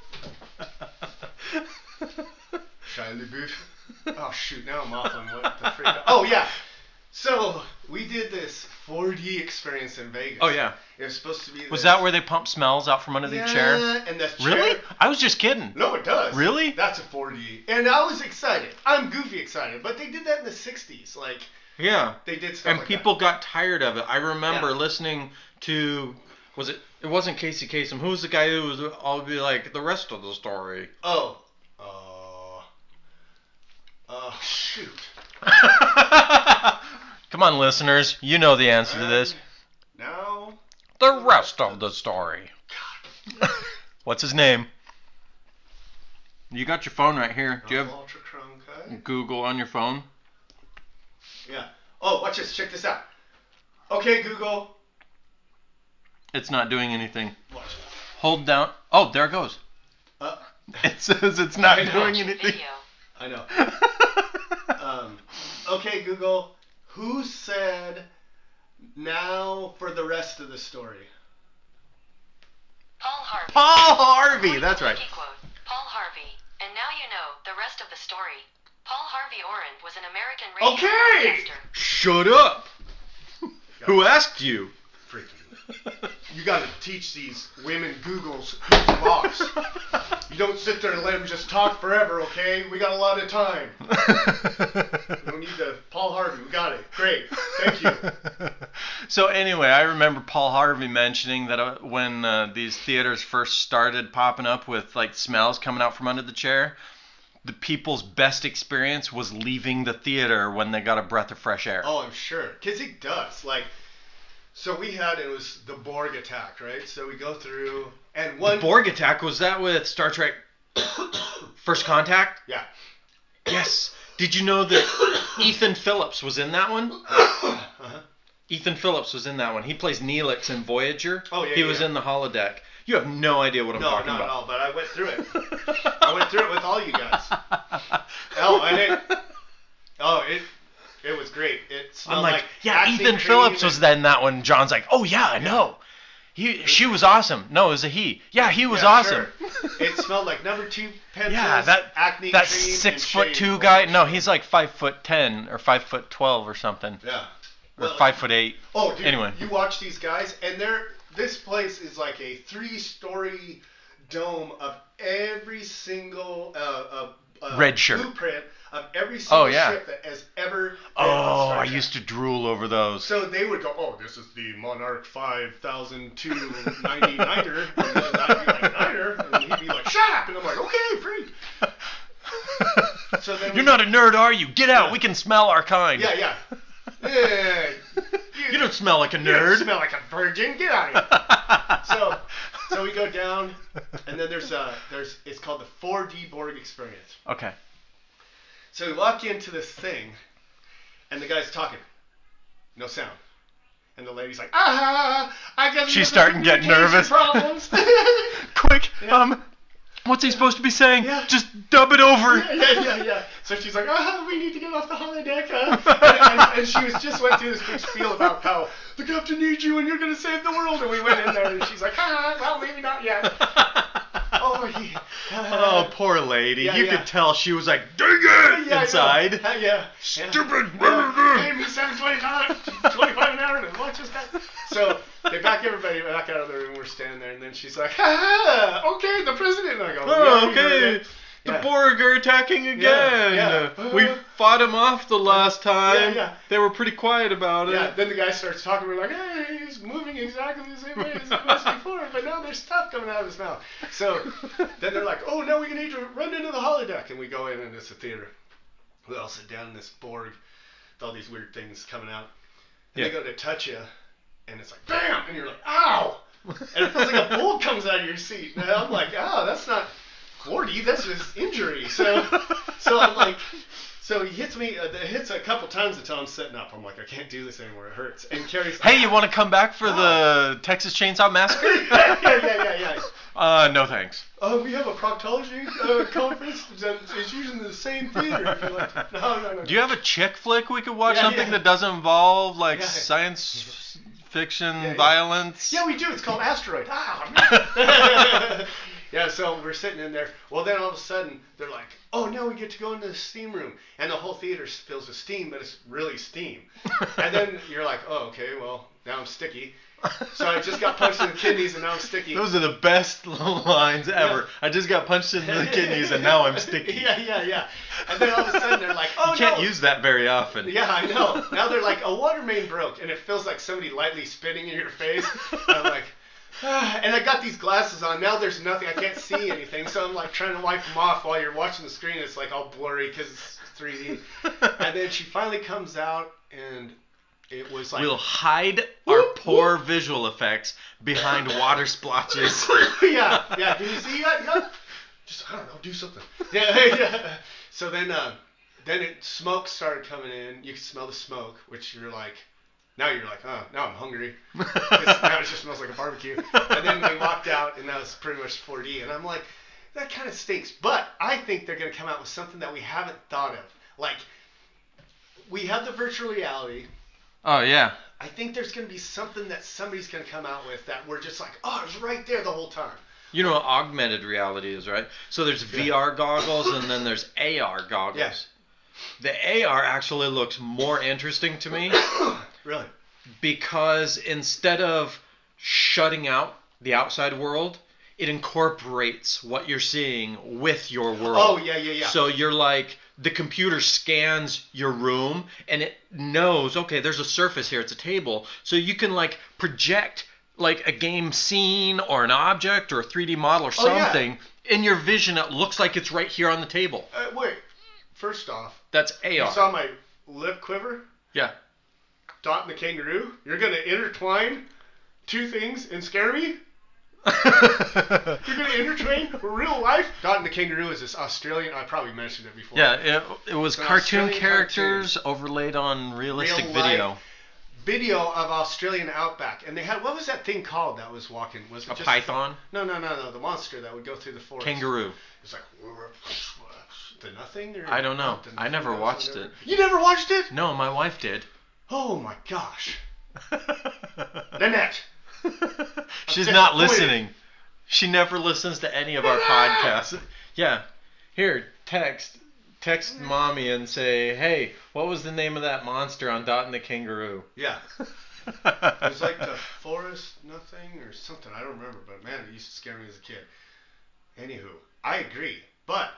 Speaker 2: Shia LaBeouf. Oh shoot, now I'm off on what the freak. Oh yeah. So we did this 4D experience in Vegas.
Speaker 1: Oh yeah.
Speaker 2: It was supposed to be.
Speaker 1: Was
Speaker 2: this-
Speaker 1: that where they pump smells out from under
Speaker 2: yeah,
Speaker 1: the chair?
Speaker 2: And that's
Speaker 1: Really? I was just kidding.
Speaker 2: No, it does.
Speaker 1: Really?
Speaker 2: That's a 4D. And I was excited. I'm goofy excited, but they did that in the 60s. Like
Speaker 1: Yeah.
Speaker 2: they did stuff
Speaker 1: And
Speaker 2: like
Speaker 1: people got tired of it. I remember
Speaker 2: Yeah.
Speaker 1: listening to was it it wasn't Casey Kasem. Who was the guy who was all be like the rest of the story?
Speaker 2: That. Oh. Oh. Oh shoot.
Speaker 1: Come on, listeners, you know the answer to this.
Speaker 2: Now.
Speaker 1: The rest of the story. What's his name? You got your phone right here. Do you have
Speaker 2: Ultra Chrome Cut.
Speaker 1: Google on your phone?
Speaker 2: Yeah. Oh, watch this. Check this out. Okay, Google.
Speaker 1: It's not doing anything.
Speaker 2: Watch this.
Speaker 1: Hold down. Oh, there it goes.
Speaker 2: Uh,
Speaker 1: It says it's not
Speaker 2: I know.
Speaker 1: doing anything.
Speaker 5: Video.
Speaker 2: I know. Um, okay, Google. Who said now for the rest of the story?
Speaker 6: Paul Harvey.
Speaker 1: Paul Harvey. That's right.
Speaker 6: Wiki Quote, Paul Harvey. And now you know the rest of the story. Paul Harvey Oren was an American radio
Speaker 2: Okay.
Speaker 6: broadcaster.
Speaker 1: Shut up. Who asked you?
Speaker 2: Freaking. You gotta teach these women Googles who's boss. You don't sit there and let them just talk forever, okay? We got a lot of time. We don't need to. Paul Harvey, we got it. Great. Thank you.
Speaker 1: So anyway, I remember Paul Harvey mentioning that uh, when uh, these theaters first started popping up with like smells coming out from under the chair, the people's best experience was leaving the theater when they got a breath of fresh air.
Speaker 2: Oh, I'm sure. Because it does. Like, so we had, it was the Borg attack, right? So we go through, and
Speaker 1: The
Speaker 2: one.
Speaker 1: Borg attack was that with Star Trek First Contact?
Speaker 2: Yeah.
Speaker 1: Yes. Did you know that Ethan Phillips was in that one?
Speaker 2: Uh-huh.
Speaker 1: Ethan Phillips was in that one. He plays Neelix in Voyager.
Speaker 2: Oh, yeah,
Speaker 1: He was
Speaker 2: yeah.
Speaker 1: in the holodeck. You have no idea what I'm
Speaker 2: No,
Speaker 1: talking
Speaker 2: not at
Speaker 1: about.
Speaker 2: all, but I went through it. I went through it with all you guys. Oh, and it, oh, it, it was great. It smelled
Speaker 1: I'm like,
Speaker 2: like
Speaker 1: yeah,
Speaker 2: acne
Speaker 1: Ethan
Speaker 2: cream
Speaker 1: Phillips
Speaker 2: and-
Speaker 1: was then that one. John's like, oh yeah, I know. He, she was awesome. No, it was a he. Yeah, he was
Speaker 2: Yeah,
Speaker 1: awesome.
Speaker 2: sure. it smelled like number two pencils.
Speaker 1: yeah, that
Speaker 2: acne
Speaker 1: that
Speaker 2: cream
Speaker 1: six
Speaker 2: and
Speaker 1: foot
Speaker 2: shave
Speaker 1: two
Speaker 2: oil.
Speaker 1: guy. No, he's like five foot ten or five foot twelve or something,
Speaker 2: Yeah.
Speaker 1: or
Speaker 2: Well,
Speaker 1: five foot eight.
Speaker 2: Oh, dude,
Speaker 1: Anyway.
Speaker 2: you watch these guys, and they're this place is like a three-story dome of every single uh, uh, uh,
Speaker 1: Red shirt. Oh,
Speaker 2: blueprint of every single
Speaker 1: yeah.
Speaker 2: ship that has ever. Been
Speaker 1: Oh,
Speaker 2: on Star
Speaker 1: I
Speaker 2: Trek.
Speaker 1: used to drool over those.
Speaker 2: So they would go, oh, this is the Monarch 5299er. and then I'd be like, "Niner," and he'd be like, shut up. And I'm like, okay, free. So then we-
Speaker 1: You're not a nerd, are you? Get out.
Speaker 2: Yeah.
Speaker 1: We can smell our kind.
Speaker 2: Yeah, yeah. Yeah.
Speaker 1: You don't smell like a
Speaker 2: you don't
Speaker 1: nerd.
Speaker 2: smell like a virgin. Get out of here. So, so we go down, and then there's a there's it's called the 4D Borg experience.
Speaker 1: okay.
Speaker 2: So we walk into this thing, and the guy's talking, no sound, and the lady's like, ah, I got.
Speaker 1: She's starting to get nervous.
Speaker 2: Problems.
Speaker 1: Quick.
Speaker 2: Yeah.
Speaker 1: Um, what's he supposed to be saying?
Speaker 2: Yeah.
Speaker 1: Just dub it over.
Speaker 2: yeah, yeah, yeah, yeah. So she's like, ah, we need to get off the holodeck. Huh? And, and, and she was just went through this big spiel about how the captain needs you and you're gonna save the world. And we went in there, and she's like, ah, well, maybe not yet. Oh, yeah.
Speaker 1: Oh, poor lady.
Speaker 2: Yeah,
Speaker 1: you
Speaker 2: yeah.
Speaker 1: could tell she was like, dang it,
Speaker 2: I know.
Speaker 1: inside.
Speaker 2: Uh, yeah.
Speaker 1: Stupid.
Speaker 2: Yeah. Pay me seven twenty-five, twenty-five an hour to watch this guy. So they back everybody back out of the room. We're standing there, and then she's like, ha ha, okay, the president. And I go,
Speaker 1: Oh,
Speaker 2: "We already heard
Speaker 1: okay.
Speaker 2: it."
Speaker 1: The
Speaker 2: Yeah.
Speaker 1: Borg are attacking again.
Speaker 2: yeah.
Speaker 1: Uh, we fought them off the last time.
Speaker 2: yeah.
Speaker 1: They were pretty quiet about it.
Speaker 2: Yeah, then the guy starts talking. We're like, hey, he's moving exactly the same way as he was before, but now there's stuff coming out of his mouth. So then they're like, oh, now we need to run into the holodeck. And we go in, and it's a theater. We all sit down in this Borg with all these weird things coming out. And they
Speaker 1: Yeah.
Speaker 2: go to touch you, and it's like, bam! And you're like, ow! And it feels like a bolt comes out of your seat. And I'm like, oh, that's not 40, that's just injury. So, so I'm like, so he hits me, uh, it hits a couple times until I'm sitting up. I'm like, I can't do this anymore. It hurts. And Carrie's like,
Speaker 1: Hey, you want to come back for the Texas Chainsaw Massacre?
Speaker 2: yeah, yeah, yeah, yeah.
Speaker 1: Uh, no thanks.
Speaker 2: Uh, we have a proctology uh, conference that is using the same theater. If you like. to-" No, no, no.
Speaker 1: Do you have a chick flick we could watch?
Speaker 2: Yeah,
Speaker 1: Something
Speaker 2: yeah.
Speaker 1: that doesn't involve like
Speaker 2: Yeah.
Speaker 1: science f- fiction,
Speaker 2: yeah.
Speaker 1: violence.
Speaker 2: Yeah, we do. It's called Asteroid. Ah, man. Yeah, so we're sitting in there. Well, then all of a sudden, they're like, oh, now we get to go into the steam room. And the whole theater fills with steam, but it's really steam. and then you're like, oh, okay, well, now I'm sticky. So I just got punched in the kidneys and now I'm sticky.
Speaker 1: Those are the best lines ever. I just got punched in the kidneys and now I'm sticky.
Speaker 2: yeah, yeah, yeah. And then all of a sudden, they're like, oh,
Speaker 1: you can't
Speaker 2: no.
Speaker 1: use that very often.
Speaker 2: Yeah, I know. Now they're like, a water main broke, and it feels like somebody lightly spitting in your face. And I'm like, "Ah," and I got these glasses on. Now there's nothing. I can't see anything. So I'm like trying to wipe them off while you're watching the screen. It's like all blurry because it's 3D. And then she finally comes out, and it was like,
Speaker 1: We'll hide our poor visual effects behind water splotches.
Speaker 2: yeah, yeah. Did you see that? Yeah. Just I don't know, do something. Yeah, yeah. So then, uh, then it smoke started coming in. You could smell the smoke, which you're like, now you're like, oh, now I'm hungry. 'Cause now it just smells like a barbecue. And then we walked out, and that was pretty much 4D. And I'm like, that kind of stinks. But I think they're gonna come out with something that we haven't thought of. Like, we have the virtual reality.
Speaker 1: Oh yeah.
Speaker 2: I think there's gonna be something that somebody's gonna come out with that we're just like, oh, it was right there the whole time.
Speaker 1: You know what augmented reality is, right? So there's VR goggles and then there's AR goggles.
Speaker 2: Yes.
Speaker 1: The AR actually looks more interesting to me
Speaker 2: Really.
Speaker 1: because instead of shutting out the outside world, it incorporates what you're seeing with your world.
Speaker 2: Oh yeah, yeah, yeah.
Speaker 1: So you're like the computer scans your room and it knows, okay, there's a surface here, it's a table. So you can like project like a game scene or an object or a 3D model or
Speaker 2: Oh, yeah.
Speaker 1: something in your vision it looks like it's right here on the table.
Speaker 2: Uh, wait. First off,
Speaker 1: That's
Speaker 2: you
Speaker 1: AR.
Speaker 2: saw my lip quiver.
Speaker 1: Yeah.
Speaker 2: Dot and the kangaroo. You're gonna intertwine two things and scare me. You're gonna intertwine real life. Dot and the kangaroo is this Australian. I probably mentioned it before.
Speaker 1: yeah, it, it was
Speaker 2: An
Speaker 1: cartoon
Speaker 2: Australian
Speaker 1: characters overlaid on realistic
Speaker 2: Real
Speaker 1: video.
Speaker 2: life. Video of Australian outback, and they had what was that thing called that was walking? Was it
Speaker 1: A
Speaker 2: just-
Speaker 1: python,
Speaker 2: No, no, no, no. The monster that would go through the forest.
Speaker 1: kangaroo.
Speaker 2: It's like the nothing. Or
Speaker 1: I don't know.
Speaker 2: The
Speaker 1: I
Speaker 2: Nothing
Speaker 1: never
Speaker 2: or
Speaker 1: watched
Speaker 2: something.
Speaker 1: it.
Speaker 2: You never watched it?
Speaker 1: No, my wife did.
Speaker 2: Oh my gosh, Lynette.
Speaker 1: She's
Speaker 2: Okay,
Speaker 1: not
Speaker 2: wait.
Speaker 1: listening. She never listens to any of our podcasts. Yeah. Here, text text
Speaker 2: Hmm.
Speaker 1: mommy and say, "Hey, what was the name of that monster on Dot and the Kangaroo?"
Speaker 2: Yeah. It
Speaker 1: It's
Speaker 2: was like the forest nothing or something. I don't remember, but man, it used to scare me as a kid. Anywho, I agree, but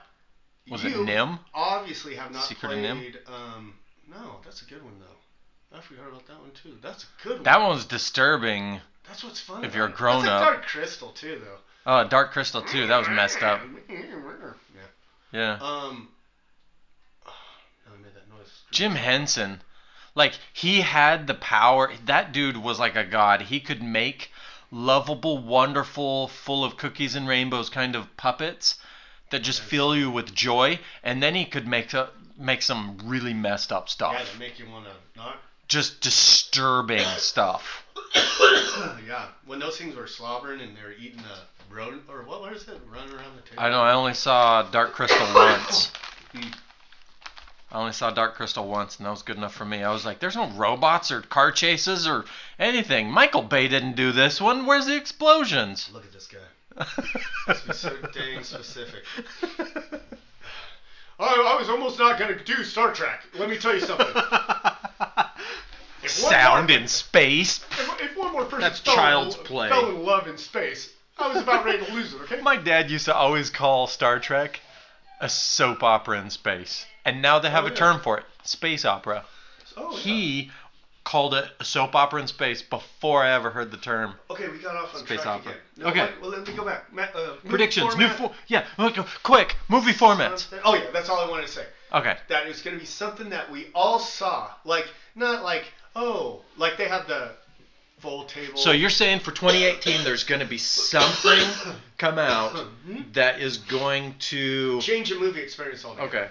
Speaker 1: Was
Speaker 2: you
Speaker 1: it Nim?
Speaker 2: obviously have not
Speaker 1: Secret of
Speaker 2: played.
Speaker 1: Nim?
Speaker 2: Um, no, that's a good one though. I forgot about that one too. That's a good one.
Speaker 1: That one's disturbing.
Speaker 2: That's what's fun.
Speaker 1: if
Speaker 2: about
Speaker 1: you're a
Speaker 2: it.
Speaker 1: grown
Speaker 2: that's
Speaker 1: up.
Speaker 2: Like Dark Crystal too, though.
Speaker 1: Oh, Dark Crystal too. That was messed up.
Speaker 2: Yeah.
Speaker 1: Yeah.
Speaker 2: Um. no, I made that noise.
Speaker 1: Jim Henson, like he had the power. That dude was like a god. He could make lovable, wonderful, full of cookies and rainbows kind of puppets that just fill you with joy, and then he could make up make some really messed up
Speaker 2: Yeah,
Speaker 1: stuff,
Speaker 2: they make you want to not.
Speaker 1: just disturbing stuff.
Speaker 2: yeah, when those things were slobbering and they were eating the rodent or what was it? Running around the table.
Speaker 1: I know. I only saw Dark Crystal once.
Speaker 2: Hmm.
Speaker 1: I only saw Dark Crystal once, and that was good enough for me. I was like, "There's no robots or car chases or anything." Michael Bay didn't do this one. Where's the explosions?
Speaker 2: Look at this guy. Must be so dang specific. I, I was almost not gonna do Star Trek. Let me tell you something. If one
Speaker 1: Sound
Speaker 2: more-
Speaker 1: in space.
Speaker 2: If, if one more person
Speaker 1: That's
Speaker 2: fell,
Speaker 1: child's
Speaker 2: in, lo-
Speaker 1: play.
Speaker 2: fell in love in space, I was about ready to lose it. Okay.
Speaker 1: My dad used to always call Star Trek a soap opera in space, and now they have
Speaker 2: Oh,
Speaker 1: a
Speaker 2: yeah.
Speaker 1: term for it: space opera.
Speaker 2: oh, yeah.
Speaker 1: He called it a soap opera in space before I ever heard the term.
Speaker 2: Okay, we got off on
Speaker 1: Space
Speaker 2: track
Speaker 1: opera.
Speaker 2: again. No,
Speaker 1: Okay.
Speaker 2: wait, well, let me go back. Ma- uh, movie
Speaker 1: Predictions,
Speaker 2: format.
Speaker 1: new, fo- yeah, look, quick movie formats.
Speaker 2: Oh yeah, that's all I wanted to say.
Speaker 1: Okay.
Speaker 2: That is going to be something that we all saw. Like not like oh, like they have the full table.
Speaker 1: So you're saying for 2018 there's going to be something come out
Speaker 2: Hmm?
Speaker 1: that is going to
Speaker 2: change the movie experience all
Speaker 1: Okay.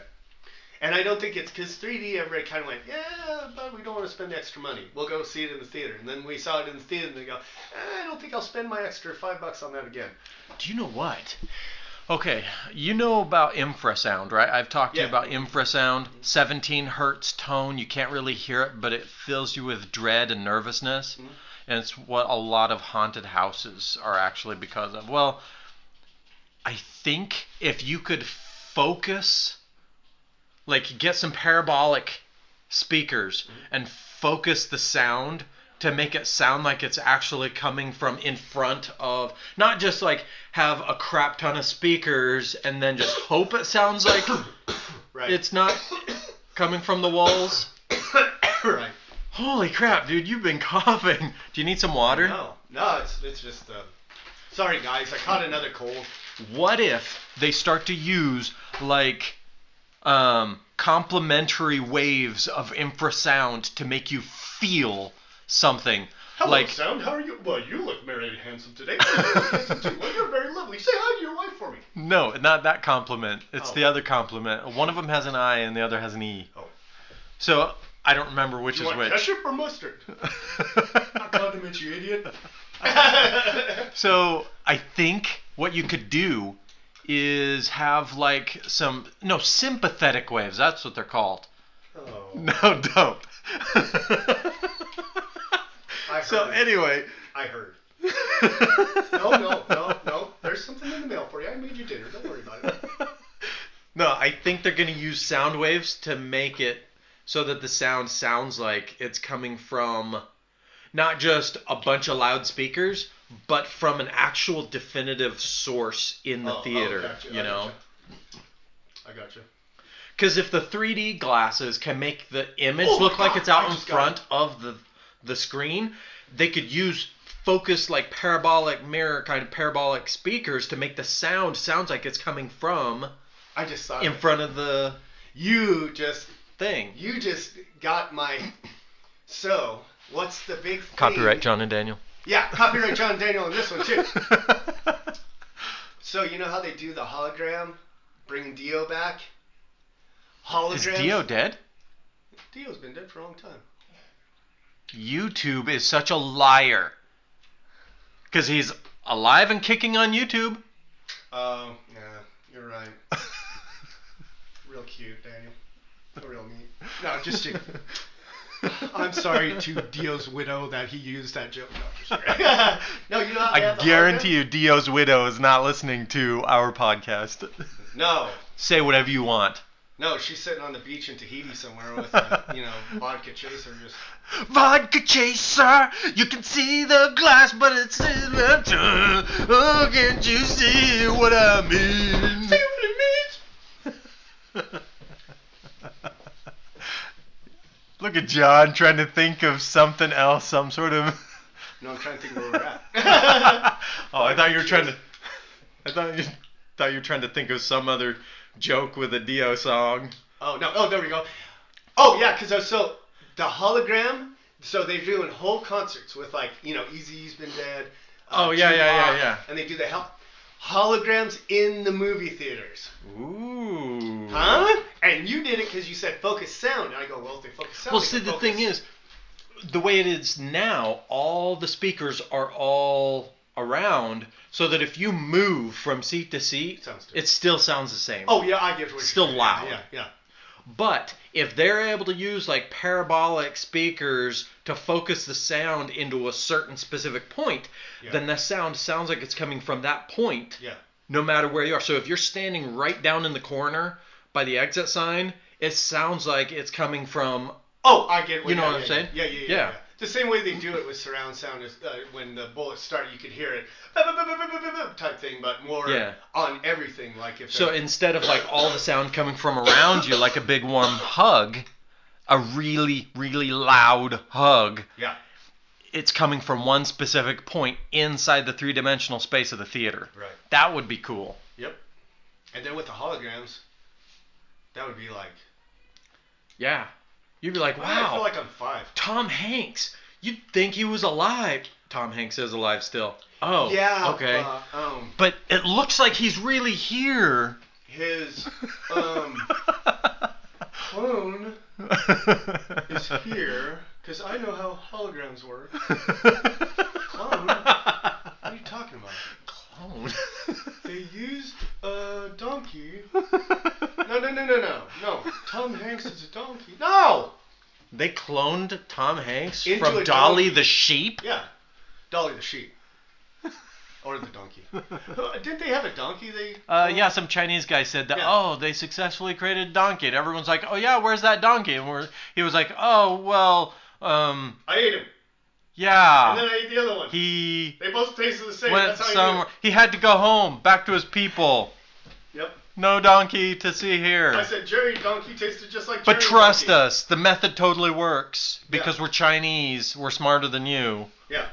Speaker 2: And I don't think it's because 3D. Everybody kind of went yeah, but we don't want to spend the extra money. We'll go see it in the theater. And then we saw it in the theater and they go, eh, I don't think I'll spend my extra five bucks on that again.
Speaker 1: Do you know what? Okay, you know about infrasound, right? I've talked
Speaker 2: Yeah.
Speaker 1: to you about infrasound, 17 hertz tone. You can't really hear it, but it fills you with dread and nervousness. And it's what a lot of haunted houses are actually because of. Well, I think if you could focus, like get some parabolic speakers and focus the sound to make it sound like it's actually coming from in front of, not just like have a crap ton of speakers and then just hope it sounds like
Speaker 2: Right.
Speaker 1: it's not coming from the walls.
Speaker 2: right.
Speaker 1: Holy crap, dude, you've been coughing. Do you need some water?
Speaker 2: No, no, it's it's just. Uh, sorry guys, I caught another cold.
Speaker 1: what if they start to use like um, complementary waves of infrasound to make you feel something
Speaker 2: Hello,
Speaker 1: like
Speaker 2: sound. How are you? Well, you look merry and handsome today. You look handsome too. Well, you're very lovely. Say hi to your wife for me.
Speaker 1: no not that compliment it's
Speaker 2: Oh.
Speaker 1: the other compliment one of them has an i and the other has an e
Speaker 2: Oh.
Speaker 1: so i don't remember which
Speaker 2: you
Speaker 1: is
Speaker 2: want
Speaker 1: which
Speaker 2: ketchup or mustard? Not condiments, you idiot.
Speaker 1: So I think what you could do is have like some no sympathetic waves. That's what they're called.
Speaker 2: oh,
Speaker 1: No, don't.
Speaker 2: I heard.
Speaker 1: so
Speaker 2: it.
Speaker 1: anyway.
Speaker 2: I heard. No, no, no, no. There's something in the mail for you. I made you dinner. Don't worry about it.
Speaker 1: No, I think they're gonna use sound waves to make it so that the sound sounds like it's coming from not just a bunch of loudspeakers, but from an actual definitive source in the
Speaker 2: Oh, oh,
Speaker 1: theater.
Speaker 2: gotcha,
Speaker 1: You
Speaker 2: I
Speaker 1: know.
Speaker 2: gotcha. I gotcha.
Speaker 1: Because if the 3D glasses can make the image
Speaker 2: Oh my
Speaker 1: look like
Speaker 2: God,
Speaker 1: it's out
Speaker 2: I
Speaker 1: in
Speaker 2: just got it.
Speaker 1: front of the the screen, they could use focused like parabolic mirror kind of parabolic speakers to make the sound sounds like it's coming from
Speaker 2: I just thought
Speaker 1: in front of the
Speaker 2: you just
Speaker 1: thing.
Speaker 2: you just got my. So what's the big thing?
Speaker 1: John and Daniel.
Speaker 2: Yeah, copyright John Daniel in this one too. So you know how they do the hologram, bring Dio back.
Speaker 1: Is
Speaker 2: Hologram.
Speaker 1: Dio dead?
Speaker 2: Dio's been dead for a long time.
Speaker 1: YouTube is such a liar. Because he's alive and kicking on YouTube.
Speaker 2: Um, yeah, you're right. Real cute, Daniel. A real neat. No, just joking. I'm sorry to Dio's widow that he used that joke. No, I'm just kidding. no you know how they
Speaker 1: I
Speaker 2: have the
Speaker 1: guarantee you,
Speaker 2: hologram?
Speaker 1: Dio's widow is not listening to our podcast.
Speaker 2: No,
Speaker 1: Say whatever you want.
Speaker 2: no, she's sitting on the beach in Tahiti somewhere with a you know vodka chaser. Just
Speaker 1: Vodka chaser, you can see the glass, but it's in the tub. Oh, can't you see what I mean? See what it means. Look at John trying to think of something else, some sort of.
Speaker 2: no, I'm trying to think where we're at.
Speaker 1: oh, I thought you were trying to. I thought you thought you were trying to think of some other joke with a Dio song.
Speaker 2: Oh no! Oh, there we go. Oh yeah, because I was so the hologram. So they're doing whole concerts with like you know Easy's been dead.
Speaker 1: Oh, yeah,
Speaker 2: Jim
Speaker 1: yeah, yeah,
Speaker 2: Rock,
Speaker 1: yeah.
Speaker 2: And they do the hel- holograms in the movie theaters,
Speaker 1: Ooh.
Speaker 2: huh? And you did it because you said focus sound, and I go, well, if they focus sound.
Speaker 1: Well,
Speaker 2: they
Speaker 1: see,
Speaker 2: can
Speaker 1: the
Speaker 2: focus.
Speaker 1: thing is, the way it is now, all the speakers are all around, so that if you move from seat to seat,
Speaker 2: Sounds different.
Speaker 1: it still sounds the same.
Speaker 2: Oh yeah, I get what you're
Speaker 1: Still
Speaker 2: saying.
Speaker 1: loud.
Speaker 2: Yeah, yeah.
Speaker 1: But if they're able to use like parabolic speakers to focus the sound into a certain specific point,
Speaker 2: Yeah.
Speaker 1: then the sound sounds like it's coming from that point,
Speaker 2: Yeah.
Speaker 1: no matter where you are. So if you're standing right down in the corner by the exit sign, it sounds like it's coming from
Speaker 2: Oh, I get. What,
Speaker 1: You know
Speaker 2: yeah,
Speaker 1: what I'm
Speaker 2: yeah,
Speaker 1: saying?
Speaker 2: Yeah, yeah, yeah, yeah.
Speaker 1: Yeah.
Speaker 2: yeah. The same way they do it with surround sound is uh, when the bullets start, you could hear it "Bup, bup, bup, bup, bup, bup, bup," type thing, but more
Speaker 1: Yeah.
Speaker 2: on everything. Like if
Speaker 1: So
Speaker 2: they're-
Speaker 1: instead of like all the sound coming from around you, like a big warm hug, a really, really loud hug,
Speaker 2: yeah,
Speaker 1: it's coming from one specific point inside the three dimensional space of the theater.
Speaker 2: right.
Speaker 1: That would be cool.
Speaker 2: Yep. And then with the holograms, that would be like
Speaker 1: Yeah. You'd be like,
Speaker 2: I
Speaker 1: wow,
Speaker 2: feel like I'm five.
Speaker 1: Tom Hanks. You'd think he was alive. Tom Hanks is alive still. Oh,
Speaker 2: yeah.
Speaker 1: Okay.
Speaker 2: Uh, um,
Speaker 1: but it looks like he's really here.
Speaker 2: his um clone is here because I know how holograms work. Clone? What are you talking about? They used a donkey. No, no, no, no, no, no. Tom Hanks is a donkey. No.
Speaker 1: They cloned Tom Hanks
Speaker 2: Into
Speaker 1: from
Speaker 2: a
Speaker 1: Dolly
Speaker 2: donkey.
Speaker 1: the sheep.
Speaker 2: Yeah. Dolly the sheep. Or the donkey. Uh, Didn't they have a donkey? They.
Speaker 1: Uh, yeah, some Chinese guy said that.
Speaker 2: Yeah.
Speaker 1: Oh, they successfully created a donkey. And everyone's like, oh yeah, where's that donkey? And we're, he was like, oh well, um,
Speaker 2: I ate him, and then
Speaker 1: yeah,
Speaker 2: I ate the other one.
Speaker 1: Ah. he
Speaker 2: they both tasted the same.
Speaker 1: went
Speaker 2: That's how
Speaker 1: somewhere. He had to go home, back to his people.
Speaker 2: you do it. Yep.
Speaker 1: No donkey to see here.
Speaker 2: I said Jerry donkey tasted just like.
Speaker 1: But
Speaker 2: Jerry
Speaker 1: trust
Speaker 2: donkey.
Speaker 1: us, the method totally works because
Speaker 2: Yeah.
Speaker 1: we're Chinese. We're smarter than you.
Speaker 2: Yeah.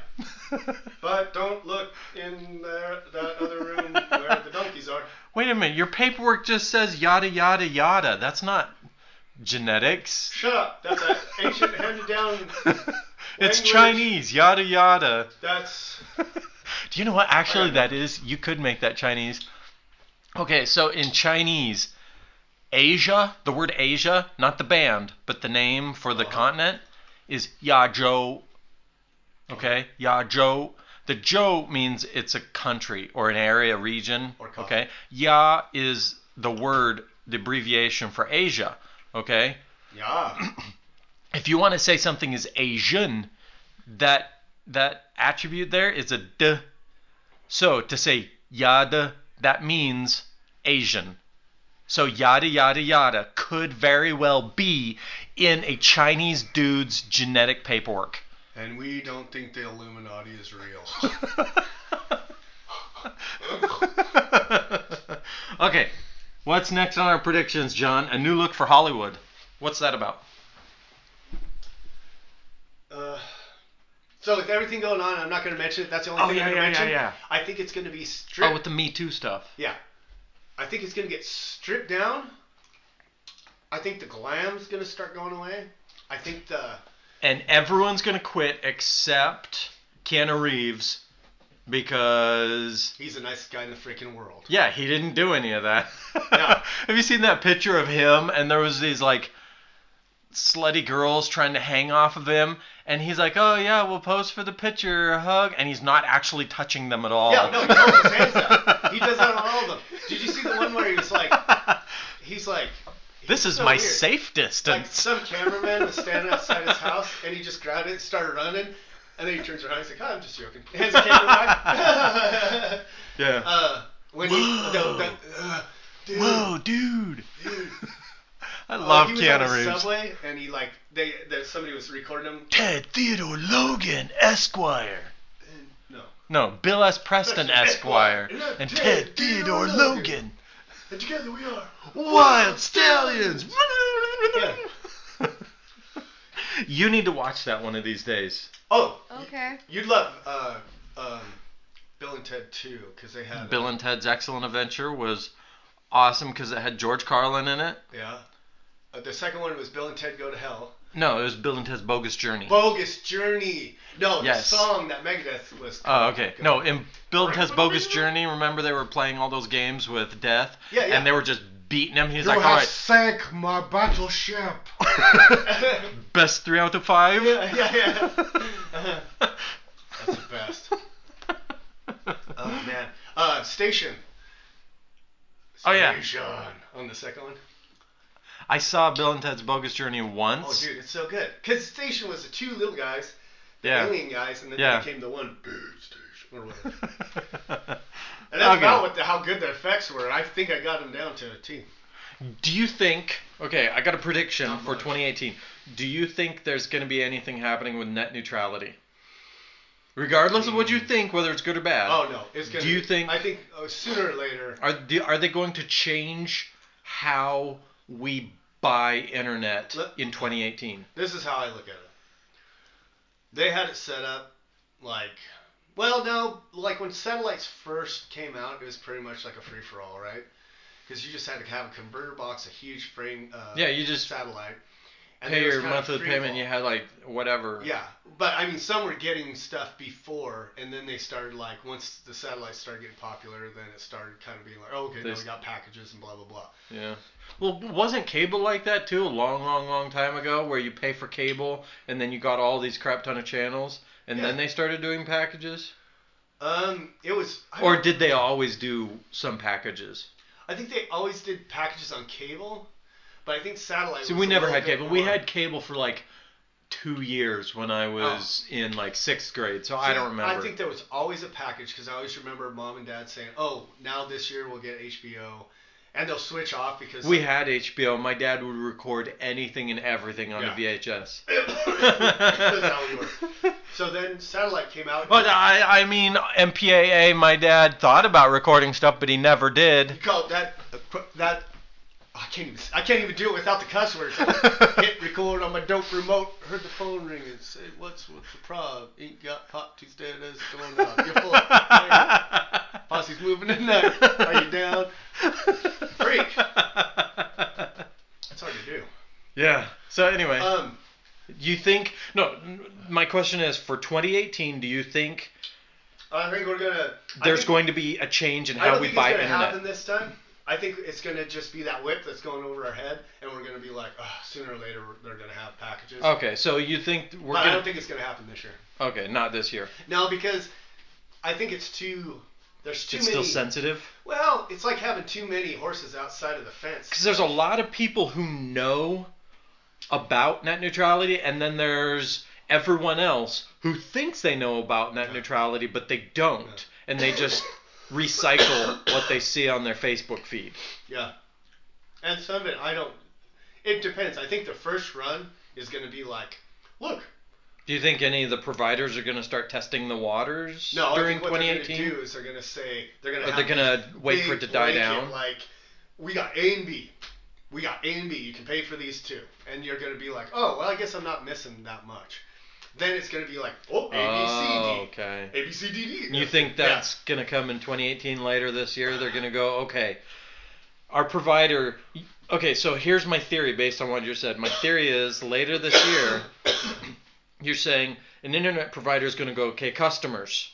Speaker 2: But don't look in there, that other room where the donkeys are.
Speaker 1: Wait a minute, your paperwork just says yada yada yada. That's not genetics.
Speaker 2: Shut up. That's an ancient handed down.
Speaker 1: it's
Speaker 2: Language.
Speaker 1: Chinese, yada yada.
Speaker 2: That's.
Speaker 1: Do you know what? Actually,
Speaker 2: I don't know.
Speaker 1: that is. You could make that Chinese. Okay, so in Chinese, Asia, the word Asia, not the band, but the name for the
Speaker 2: Uh-huh.
Speaker 1: continent, is Yazhou. Okay, Yazhou. The Zhou means it's a country or an area, region.
Speaker 2: Or continent.
Speaker 1: okay, Ya is the word, the abbreviation for Asia. Okay,
Speaker 2: Yeah.
Speaker 1: if you want to say something is Asian, that that attribute there is a d. So to say yada, that means Asian. So yada yada yada could very well be in a Chinese dude's genetic paperwork.
Speaker 2: And we don't think the Illuminati is real.
Speaker 1: okay, what's next on our predictions, John? A new look for Hollywood. What's that about?
Speaker 2: Uh, so with everything going on, I'm not going to mention it. That's the only
Speaker 1: Oh,
Speaker 2: thing
Speaker 1: yeah,
Speaker 2: I'm going
Speaker 1: yeah,
Speaker 2: to
Speaker 1: yeah,
Speaker 2: mention.
Speaker 1: yeah.
Speaker 2: I think it's going to be
Speaker 1: Oh,
Speaker 2: stripped.
Speaker 1: with the Me Too stuff.
Speaker 2: yeah. I think it's going to get stripped down. I think the glam's going to start going away. I think the
Speaker 1: and everyone's gonna quit except Keanu Reeves because
Speaker 2: he's the nicest guy in the freaking world.
Speaker 1: yeah, he didn't do any of that.
Speaker 2: Yeah.
Speaker 1: Have you seen that picture of him? And there was these like slutty girls trying to hang off of him, and he's like, "Oh yeah, we'll pose for the picture, hug," and he's not actually touching them at all.
Speaker 2: Yeah, no, he holds his hands up. He does that on all of them. Did you see the one where he was like, he's like,
Speaker 1: "This
Speaker 2: he's
Speaker 1: is
Speaker 2: so
Speaker 1: my
Speaker 2: weird.
Speaker 1: safe
Speaker 2: Like
Speaker 1: distance."
Speaker 2: some cameraman was standing outside his house, and he just grabbed it, and started running, and then he turns around, he's like, oh, I'm just joking. Hands the camera back.
Speaker 1: Yeah.
Speaker 2: uh, when he, the, the, uh, dude,
Speaker 1: Whoa, dude. I
Speaker 2: Uh,
Speaker 1: love
Speaker 2: he was on
Speaker 1: Keanu
Speaker 2: the
Speaker 1: Reeves.
Speaker 2: subway, and he like, they, there, somebody was recording him.
Speaker 1: Ted Theodore Logan, Esquire.
Speaker 2: No.
Speaker 1: No, Bill S. Preston Esquire and Ted Theodore Logan.
Speaker 2: And together we are.
Speaker 1: Wild Stallions.
Speaker 2: Yeah.
Speaker 1: you need to watch that one of these days.
Speaker 2: Oh,
Speaker 3: Okay.
Speaker 2: You'd love uh, um, Bill and Ted too, because they had
Speaker 1: Bill and Ted's Excellent Adventure was awesome because it had George Carlin in it.
Speaker 2: yeah. Uh, the second one was Bill and Ted Go to Hell.
Speaker 1: No, it was Bill and Ted's Bogus Journey.
Speaker 2: Bogus Journey. No,
Speaker 1: Yes.
Speaker 2: the song that Megadeth was.
Speaker 1: Oh, okay. No, in Bill and Ted's Bogus Journey, remember they were playing all those games with Death?
Speaker 2: Yeah, yeah.
Speaker 1: And they were just beating him. He's like, all right,
Speaker 2: sank my battleship. Oh,
Speaker 1: best three out of five.
Speaker 2: yeah, yeah, yeah. Uh-huh. That's the best. Oh man. Uh, Station.
Speaker 1: Oh, yeah.
Speaker 2: Station on the second one.
Speaker 1: I saw Bill and Ted's Bogus Journey once.
Speaker 2: Oh dude, it's so good. Cause Station was the two little guys, the
Speaker 1: Yeah.
Speaker 2: alien guys, and then
Speaker 1: Yeah.
Speaker 2: they became the one big station or whatever. And that's about
Speaker 1: okay.
Speaker 2: what the, how good the effects were. I think I got them down to a T.
Speaker 1: Do you think? Okay, I got a prediction
Speaker 2: Not
Speaker 1: for
Speaker 2: much.
Speaker 1: 2018. Do you think there's going to be anything happening with net neutrality? Regardless of what you think, whether it's good or bad,
Speaker 2: Hmm. Oh no, it's gonna.
Speaker 1: Do you
Speaker 2: be-
Speaker 1: think-
Speaker 2: I think oh, sooner or later.
Speaker 1: are the, are they going to change how we buy internet
Speaker 2: Let-
Speaker 1: in 2018?
Speaker 2: This is how I look at it. They had it set up like, well, no, like when satellites first came out, it was pretty much like a free for all, right? Because you just had to have a converter box, a huge frame. Uh,
Speaker 1: Yeah, you just
Speaker 2: satellite.
Speaker 1: Pay
Speaker 2: then it was
Speaker 1: your
Speaker 2: kind of
Speaker 1: monthly
Speaker 2: free
Speaker 1: payment.
Speaker 2: fall.
Speaker 1: You had like whatever.
Speaker 2: Yeah, but I mean, some were getting stuff before, and then they started like once the satellites started getting popular, then it started kind of being like, oh, okay,
Speaker 1: They
Speaker 2: now
Speaker 1: s-
Speaker 2: we got packages and blah blah blah.
Speaker 1: Yeah. Well, wasn't cable like that too a long, long, long time ago, where you pay for cable and then you got all these crap ton of channels, and
Speaker 2: Yeah.
Speaker 1: then they started doing packages?
Speaker 2: Um, it was. I
Speaker 1: Or
Speaker 2: don't-
Speaker 1: did they always do some packages?
Speaker 2: I think they always did packages on cable, but I think satellite.
Speaker 1: See,
Speaker 2: was
Speaker 1: we
Speaker 2: a
Speaker 1: never
Speaker 2: little
Speaker 1: had
Speaker 2: bit
Speaker 1: cable. We
Speaker 2: more- Oh.
Speaker 1: had cable for like two years when I was in like sixth grade, so I don't remember.
Speaker 2: I think that was always a package because I always remember mom and dad saying, "Oh, now this year we'll get HBO," and they'll switch off because
Speaker 1: we had HBO. My dad would record anything and everything on
Speaker 2: Yeah.
Speaker 1: the VHS.
Speaker 2: That's how we were. So then satellite came out.
Speaker 1: But uh, I, I mean, MPAA. My dad thought about recording stuff, but he never did.
Speaker 2: you call that uh, that. I can't even. I can't even do it without the cuss words. Hit record on my dope remote. Heard the phone ring and said, "What's what's the prob? Ain't got hot Tuesday. That's going on. You're full. Hey, Posse's moving tonight. Are you down? Freak. That's hard to do.
Speaker 1: Yeah. So anyway,
Speaker 2: Um,
Speaker 1: you think no? n- My question is for 2018. Do you think
Speaker 2: I think we're gonna. I
Speaker 1: there's
Speaker 2: think-
Speaker 1: going to be a change in
Speaker 2: I
Speaker 1: how
Speaker 2: don't
Speaker 1: we
Speaker 2: think
Speaker 1: buy
Speaker 2: it's gonna
Speaker 1: internet?
Speaker 2: happen this time. I think it's gonna just be that whip that's going over our head, and we're gonna be like, oh, sooner or later we're- they're gonna have packages.
Speaker 1: Okay, so you think we're
Speaker 2: But I
Speaker 1: gonna?
Speaker 2: don't think it's gonna happen this year.
Speaker 1: okay, not this year.
Speaker 2: No, because I think it's too. There's too
Speaker 1: it's
Speaker 2: many.
Speaker 1: still sensitive
Speaker 2: well, it's like having too many horses outside of the
Speaker 1: because
Speaker 2: fence.
Speaker 1: there's a lot of people who know about net neutrality, and then there's everyone else who thinks they know about net neutrality, but they don't, and they just recycle what they see on their Facebook feed.
Speaker 2: Yeah. And some of it, I don't. It depends. I think the first run is gonna be like, look,
Speaker 1: Do you think any of the providers are going to start testing the waters
Speaker 2: No,
Speaker 1: during
Speaker 2: I think what they're
Speaker 1: 2018?
Speaker 2: gonna do is they're gonna say they're gonna.
Speaker 1: Are
Speaker 2: have
Speaker 1: they gonna
Speaker 2: this
Speaker 1: wait for it to
Speaker 2: big
Speaker 1: die
Speaker 2: blanket,
Speaker 1: down?
Speaker 2: Like, we got A and B, we got A and B. You can pay for these two, and you're gonna be like, oh well, I guess I'm not missing that much. Then it's gonna be like, oh A
Speaker 1: oh,
Speaker 2: B C
Speaker 1: okay.
Speaker 2: D A B C D D.
Speaker 1: You think that's going to come in 2018 later this year? They're going to go, okay, our provider. Okay, so here's my theory based on what you said. My theory is later this year, you're saying an internet provider is going to go, okay, customers,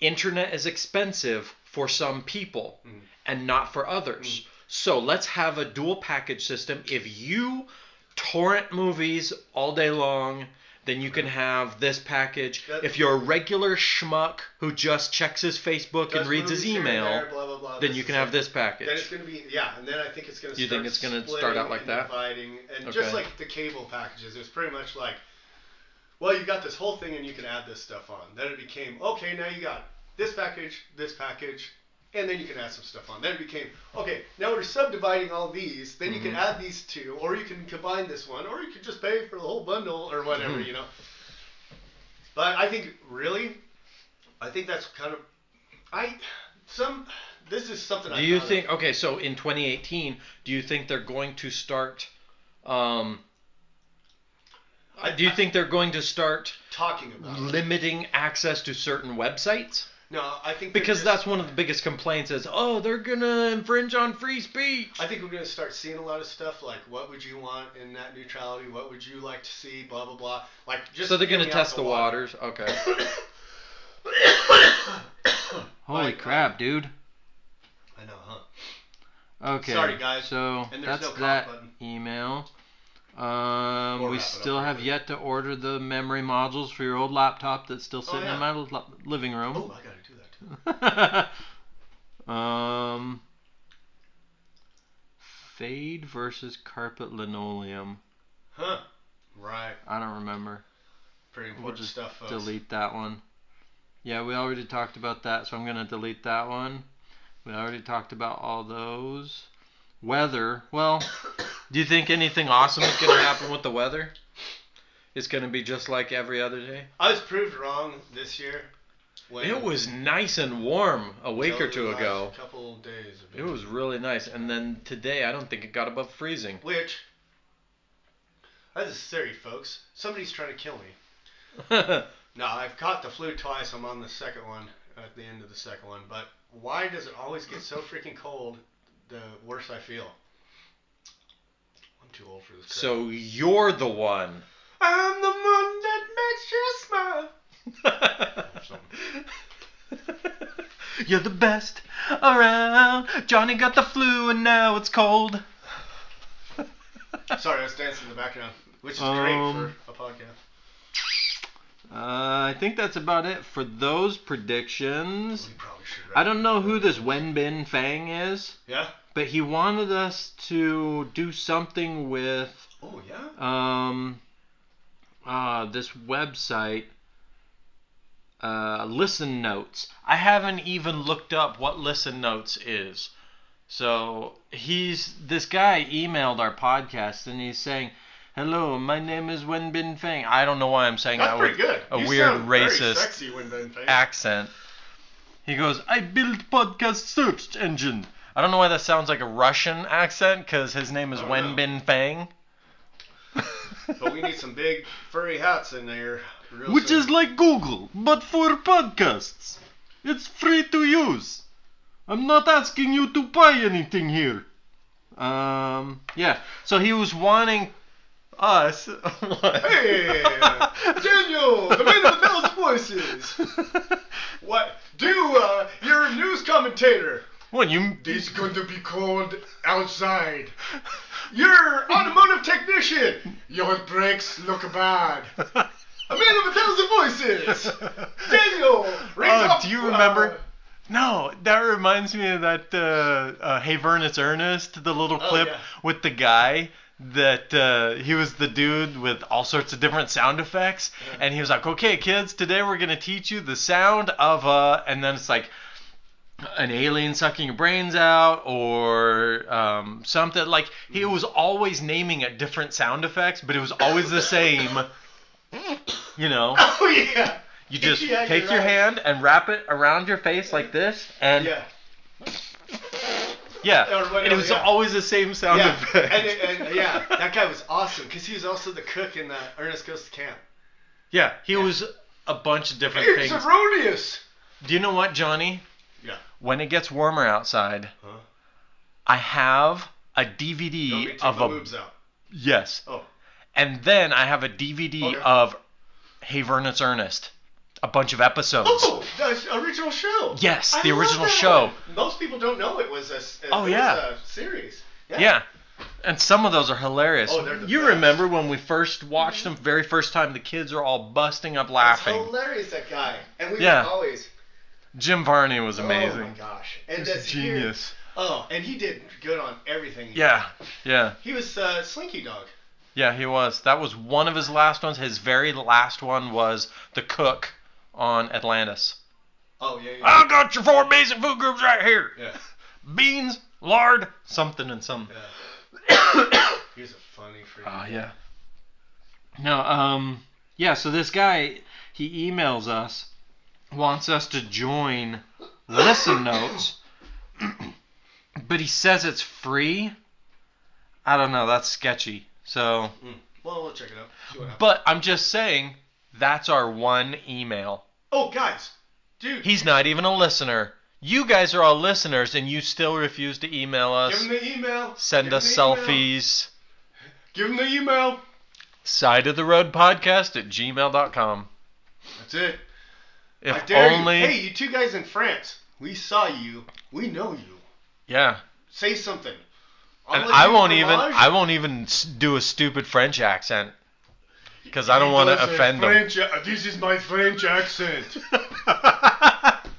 Speaker 1: internet is expensive for some people
Speaker 2: Mm.
Speaker 1: and not for others. So let's have a dual package system. If you torrent movies all day long, then you can have this package.
Speaker 2: That-
Speaker 1: if you're a regular schmuck who just checks his Facebook and reads his email,
Speaker 2: blah, blah, blah,
Speaker 1: then you
Speaker 2: is
Speaker 1: can have
Speaker 2: it.
Speaker 1: this
Speaker 2: Then it's
Speaker 1: package.
Speaker 2: gonna be yeah, and then I think it's gonna.
Speaker 1: You
Speaker 2: start
Speaker 1: think it's gonna start out
Speaker 2: splitting
Speaker 1: like
Speaker 2: and
Speaker 1: that?
Speaker 2: Dividing and just
Speaker 1: Okay.
Speaker 2: like the cable packages, it was pretty much like, well, you got this whole thing and you can add this stuff on. Then it became okay, now you got this package, this package, and then you can add some stuff on. Then it became okay, now we're subdividing all these. Then you can
Speaker 1: Mm-hmm.
Speaker 2: add these two, or you can combine this one, or you can just pay for the whole bundle or whatever,
Speaker 1: Mm-hmm.
Speaker 2: you know. But I think really, I think that's kind of, I, some. This is something I
Speaker 1: Do you
Speaker 2: thought of.
Speaker 1: think okay? So in 2018, do you think they're going to start? Um,
Speaker 2: I-
Speaker 1: do you think they're going to start
Speaker 2: talking about. it.
Speaker 1: limiting access to certain websites?
Speaker 2: No, I think they're
Speaker 1: Because
Speaker 2: just-
Speaker 1: that's one of the biggest complaints is, oh, they're gonna infringe on free speech.
Speaker 2: I think we're gonna start seeing a lot of stuff like what would you want in net neutrality? What would you like to see? Blah blah blah. Like just
Speaker 1: So they're
Speaker 2: hear
Speaker 1: gonna
Speaker 2: me out
Speaker 1: test the
Speaker 2: water.
Speaker 1: waters. Okay. Holy
Speaker 2: Like- uh,
Speaker 1: crap, dude.
Speaker 2: I know, huh?
Speaker 1: Okay.
Speaker 2: Sorry, guys.
Speaker 1: So
Speaker 2: And there's
Speaker 1: that's
Speaker 2: no cough
Speaker 1: that
Speaker 2: button.
Speaker 1: email. Um,
Speaker 2: Or
Speaker 1: we
Speaker 2: wrap it up
Speaker 1: still
Speaker 2: real
Speaker 1: have
Speaker 2: quick.
Speaker 1: yet to order the memory modules for your old laptop that's still sitting
Speaker 2: Oh, yeah.
Speaker 1: in my li- living
Speaker 2: Oh,
Speaker 1: room.
Speaker 2: I gotta do that. Too. Oh.
Speaker 1: um, fade versus carpet linoleum.
Speaker 2: Huh? Right.
Speaker 1: I don't remember.
Speaker 2: Pretty important
Speaker 1: We'll just
Speaker 2: stuff, folks.
Speaker 1: delete that one. Yeah, we already talked about that, so I'm gonna delete that one. We already talked about all those. Weather. Well, do you think anything awesome is gonna happen with the weather? It's gonna be just like every other day.
Speaker 2: I was proved wrong this year. When
Speaker 1: It was nice and warm a week or
Speaker 2: Over the
Speaker 1: two
Speaker 2: last
Speaker 1: ago.
Speaker 2: Couple days. have
Speaker 1: It
Speaker 2: been-
Speaker 1: was really nice, and then today I don't think it got above freezing.
Speaker 2: Which. I have this theory, folks. Somebody's trying to kill me. No, I've caught the flu twice. I'm on the second one at the end of the second one. But why does it always get so freaking cold? The worse I feel. I'm too old for this. crap.
Speaker 1: so you're the one.
Speaker 2: I'm the one that makes you smile.
Speaker 1: You're the best around. Johnny got the flu and now it's cold. Uh,
Speaker 2: Sorry, I was dancing in the background, which is great
Speaker 1: Um,
Speaker 2: for a podcast.
Speaker 1: Uh, I think that's about it for those predictions.
Speaker 2: We probably should.
Speaker 1: I don't know who this Wenbin Fang is,
Speaker 2: Yeah.
Speaker 1: but he wanted us to do something with
Speaker 2: Oh yeah.
Speaker 1: um uh, this website, uh, Listen Notes. I haven't even looked up what Listen Notes is. So he's this guy emailed our podcast and he's saying, "Hello, my name is Wen Bin Fang." I don't know why I'm saying
Speaker 2: That's
Speaker 1: that
Speaker 2: pretty
Speaker 1: with
Speaker 2: good.
Speaker 1: a
Speaker 2: You
Speaker 1: weird
Speaker 2: sound very
Speaker 1: racist
Speaker 2: sexy when done thing.
Speaker 1: accent. He goes, "I build podcast search engine." I don't know why that sounds like a Russian accent because his name is
Speaker 2: I don't
Speaker 1: Wen
Speaker 2: know.
Speaker 1: Bin Fang.
Speaker 2: But we need some big furry hats in there. Real
Speaker 1: Which
Speaker 2: soon.
Speaker 1: is like Google, but for podcasts. It's free to use. I'm not asking you to buy anything here. Um, yeah. So he was wanting us. what?
Speaker 2: Hey, Daniel, the man of a thousand voices. What? Do uh, you're a news commentator?
Speaker 1: What you?
Speaker 2: This is going to be cold outside. You're automotive technician. Your brakes look bad. A man of a thousand voices. Daniel, rate
Speaker 1: Oh,
Speaker 2: up,
Speaker 1: do you
Speaker 2: uh,
Speaker 1: remember? No, that reminds me of that uh, uh, Hey Vern, it's Ernest, the little
Speaker 2: Oh,
Speaker 1: clip
Speaker 2: yeah.
Speaker 1: with the guy that uh, he was the dude with all sorts of different sound effects, and he was like, "Okay, kids, today we're gonna teach you the sound of uh," and then it's like an alien sucking your brains out or um, something. Like he
Speaker 2: Mm.
Speaker 1: was always naming it different sound effects, but it was always the same. You know.
Speaker 2: oh yeah.
Speaker 1: You just
Speaker 2: Yeah,
Speaker 1: take
Speaker 2: you're
Speaker 1: your
Speaker 2: right.
Speaker 1: hand and wrap it around your face like this, and
Speaker 2: Yeah.
Speaker 1: yeah,
Speaker 2: Or whatever,
Speaker 1: and it was
Speaker 2: yeah.
Speaker 1: always the same sound
Speaker 2: yeah.
Speaker 1: effect.
Speaker 2: And, and yeah, that guy was awesome because he was also the cook in the Ernest Goes to Camp.
Speaker 1: yeah, he was a bunch of different
Speaker 2: It's
Speaker 1: things.
Speaker 2: erroneous.
Speaker 1: Do you know what, Johnny?
Speaker 2: Yeah.
Speaker 1: When it gets warmer outside,
Speaker 2: Huh?
Speaker 1: I have a
Speaker 2: Don't
Speaker 1: DVD
Speaker 2: get
Speaker 1: of
Speaker 2: your
Speaker 1: a
Speaker 2: boobs out.
Speaker 1: yes,
Speaker 2: Oh.
Speaker 1: and then I have a DVD
Speaker 2: Okay.
Speaker 1: of Hey Vern, it's Ernest, a bunch of episodes.
Speaker 2: Oh, the original show.
Speaker 1: Yes,
Speaker 2: I
Speaker 1: the
Speaker 2: love
Speaker 1: original
Speaker 2: that
Speaker 1: show.
Speaker 2: one. Most people don't know it was a, s-
Speaker 1: Oh,
Speaker 2: it
Speaker 1: yeah.
Speaker 2: was a series.
Speaker 1: Yeah. And some of those are hilarious.
Speaker 2: Oh, they're the
Speaker 1: you
Speaker 2: best. Mm-hmm.
Speaker 1: remember when we first watched them very first time the kids are all busting up
Speaker 2: It's
Speaker 1: laughing.
Speaker 2: hilarious that guy. And we
Speaker 1: Yeah.
Speaker 2: were always
Speaker 1: Jim Varney was
Speaker 2: Oh my
Speaker 1: amazing.
Speaker 2: gosh. And
Speaker 1: He's
Speaker 2: that's here-
Speaker 1: genius.
Speaker 2: Oh, and he did good on everything. he
Speaker 1: Yeah. Yeah.
Speaker 2: did. He was uh, Slinky Dog.
Speaker 1: Yeah, he was. That was one of his last ones. His very last one was The Cook on Atlantis.
Speaker 2: Oh yeah. Yeah.
Speaker 1: I got your four basic food groups right here.
Speaker 2: yeah.
Speaker 1: Beans, lard, something and something.
Speaker 2: yeah. he was a funny freak.
Speaker 1: Oh yeah. No, um yeah, so this guy he emails us wants us to join Listen Notes. but he says it's free. I don't know, that's sketchy. So,
Speaker 2: Well, we'll check it out. See what happens.
Speaker 1: but I'm just saying that's our one email.
Speaker 2: oh guys, dude,
Speaker 1: He's not even a listener. You guys are all listeners and you still refuse to email
Speaker 2: give
Speaker 1: us,
Speaker 2: him the email.
Speaker 1: send
Speaker 2: Give
Speaker 1: us
Speaker 2: him the email.
Speaker 1: selfies.
Speaker 2: Give him the email.
Speaker 1: Side of the Road Podcast at gmail.com.
Speaker 2: That's it.
Speaker 1: If
Speaker 2: I dare
Speaker 1: only
Speaker 2: you. Hey, you two guys in France. We saw you. We know you.
Speaker 1: Yeah,
Speaker 2: Say something. I'll
Speaker 1: and
Speaker 2: let
Speaker 1: I
Speaker 2: you
Speaker 1: won't even
Speaker 2: homage.
Speaker 1: I won't even s- do a stupid French accent because I don't
Speaker 2: He
Speaker 1: want to
Speaker 2: does a
Speaker 1: offend them.
Speaker 2: French, uh, This is my French accent.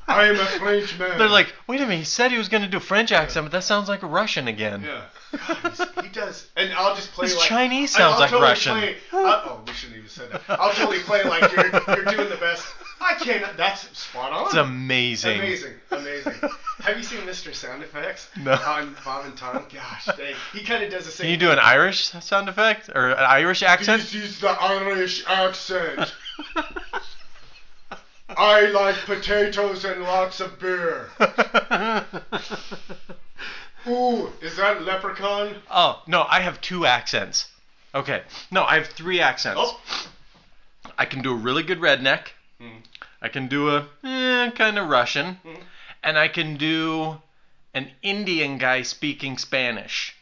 Speaker 2: I am a French man.
Speaker 1: They're like, wait a minute, he said he was going to do a French accent, but that sounds like a Russian again.
Speaker 2: Yeah. God, he's- he does, and I'll just play
Speaker 1: His
Speaker 2: like
Speaker 1: Chinese
Speaker 2: and I'll
Speaker 1: sounds like
Speaker 2: totally
Speaker 1: Russian.
Speaker 2: Play, I, oh, we shouldn't even say that. I'll totally play like you're, you're doing the best. I can't. That's spot on.
Speaker 1: It's amazing.
Speaker 2: Amazing, amazing. Have you seen Mr. Sound Effects
Speaker 1: No.
Speaker 2: on Bob and Tom? Gosh, dang. He kind of does the same.
Speaker 1: Can you do an Irish sound effect or an Irish accent?
Speaker 2: This is the Irish accent. I like potatoes and lots of beer. Ooh, is that leprechaun?
Speaker 1: oh no, I have two accents. Okay, no, I have three accents.
Speaker 2: Oh,
Speaker 1: I can do a really good redneck.
Speaker 2: Mhm.
Speaker 1: I can do a eh, kind of Russian,
Speaker 2: Mhm.
Speaker 1: and I can do an Indian guy speaking Spanish.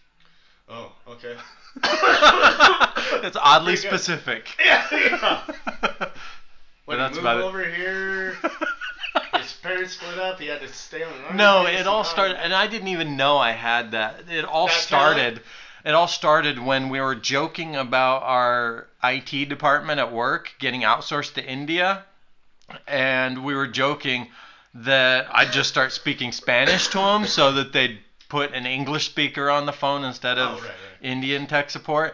Speaker 2: oh, okay.
Speaker 1: That's oddly
Speaker 2: Pretty good.
Speaker 1: specific.
Speaker 2: Yeah, yeah.
Speaker 1: but
Speaker 2: When
Speaker 1: that's
Speaker 2: he
Speaker 1: about
Speaker 2: moved
Speaker 1: it.
Speaker 2: over here, his parents split up. He had to stay on. an island
Speaker 1: No,
Speaker 2: base
Speaker 1: it
Speaker 2: and
Speaker 1: all
Speaker 2: not-
Speaker 1: started, and I didn't even know I had that. It all
Speaker 2: That's how
Speaker 1: started. It all started when we were joking about our IT department at work getting outsourced to India, and we were joking that I'd just start speaking Spanish to them so that they'd put an English speaker on the phone instead of
Speaker 2: Oh, right, right.
Speaker 1: Indian tech support.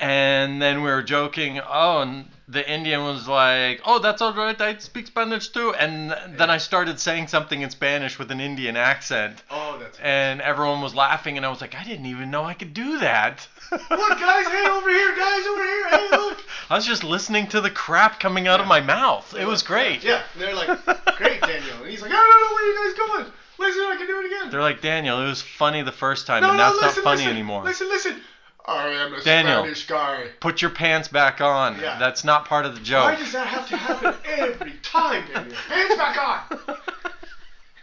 Speaker 1: And then we were joking. Oh, and the Indian was like, "Oh, that's all right. I speak Spanish too." And then I started saying something in Spanish with an Indian accent,
Speaker 2: Oh, that's.
Speaker 1: and everyone was laughing. And I was like, "I didn't even know I could do that."
Speaker 2: Look, guys, hey, over here, guys, over here, hey, look.
Speaker 1: I was just listening to the crap coming out of
Speaker 2: Yeah.
Speaker 1: my mouth. It was great.
Speaker 2: Yeah, and they're like, great, Daniel. And he's like, I don't know, where are you guys going? Listen, I can do it again.
Speaker 1: They're like, Daniel, it was funny the first time,
Speaker 2: no,
Speaker 1: and
Speaker 2: no,
Speaker 1: that's
Speaker 2: listen,
Speaker 1: not funny
Speaker 2: listen,
Speaker 1: anymore.
Speaker 2: Listen, listen. I am a
Speaker 1: Daniel.
Speaker 2: Spanish guy.
Speaker 1: Put your pants back on.
Speaker 2: Yeah.
Speaker 1: That's not part of the
Speaker 2: Why
Speaker 1: joke.
Speaker 2: does that have to happen every time, Daniel? Hands back on.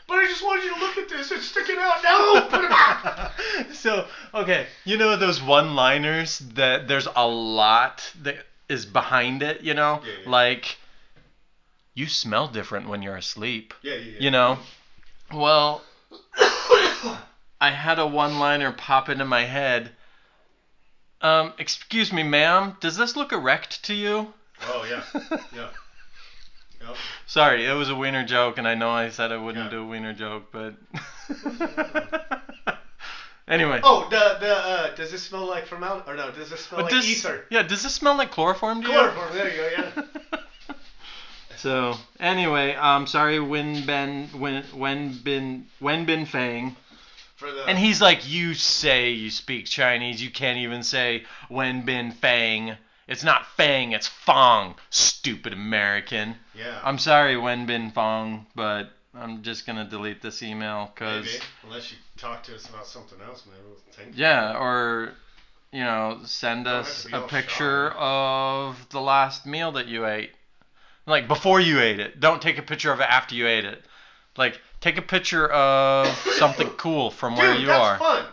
Speaker 2: But I just wanted you to look at this. It's sticking out. No, put it back.
Speaker 1: so, okay, you know those one liners that there's a lot that is behind it, you know?
Speaker 2: Yeah, yeah.
Speaker 1: Like, you smell different when you're asleep,
Speaker 2: Yeah, yeah,
Speaker 1: you know? Well, I had a one liner pop into my head. Um, excuse me, ma'am, does this look erect to you?
Speaker 2: Oh yeah, yeah. Yep.
Speaker 1: Sorry, it was a wiener joke, and I know I said I wouldn't
Speaker 2: Yeah.
Speaker 1: do a wiener joke, but. anyway.
Speaker 2: Oh, the the uh, does this smell like formal or no? Does this smell
Speaker 1: But
Speaker 2: like
Speaker 1: does-
Speaker 2: ether?
Speaker 1: Yeah, does this smell like chloroform to
Speaker 2: Chloroform. There you go.
Speaker 1: you?
Speaker 2: Yeah.
Speaker 1: so, anyway, um, sorry, Wen Ben, Wen, Wen Bin, Wen Bin Fang.
Speaker 2: For the
Speaker 1: And he's like, you say you speak Chinese, you can't even say Wen Bin Fang. It's not Fang, it's Fong, stupid American.
Speaker 2: yeah.
Speaker 1: I'm sorry, Wen Bin Fong, but I'm just going to delete this email because.
Speaker 2: Maybe. Unless you talk to us about something else, maybe we'll think.
Speaker 1: Yeah, or you know, send
Speaker 2: don't have
Speaker 1: us
Speaker 2: to be
Speaker 1: a
Speaker 2: all
Speaker 1: picture
Speaker 2: shy.
Speaker 1: of the last meal that you ate. Like before you ate it. Don't take a picture of it after you ate it. Like take a picture of something cool from
Speaker 2: Dude,
Speaker 1: where you
Speaker 2: that's
Speaker 1: are.
Speaker 2: fun.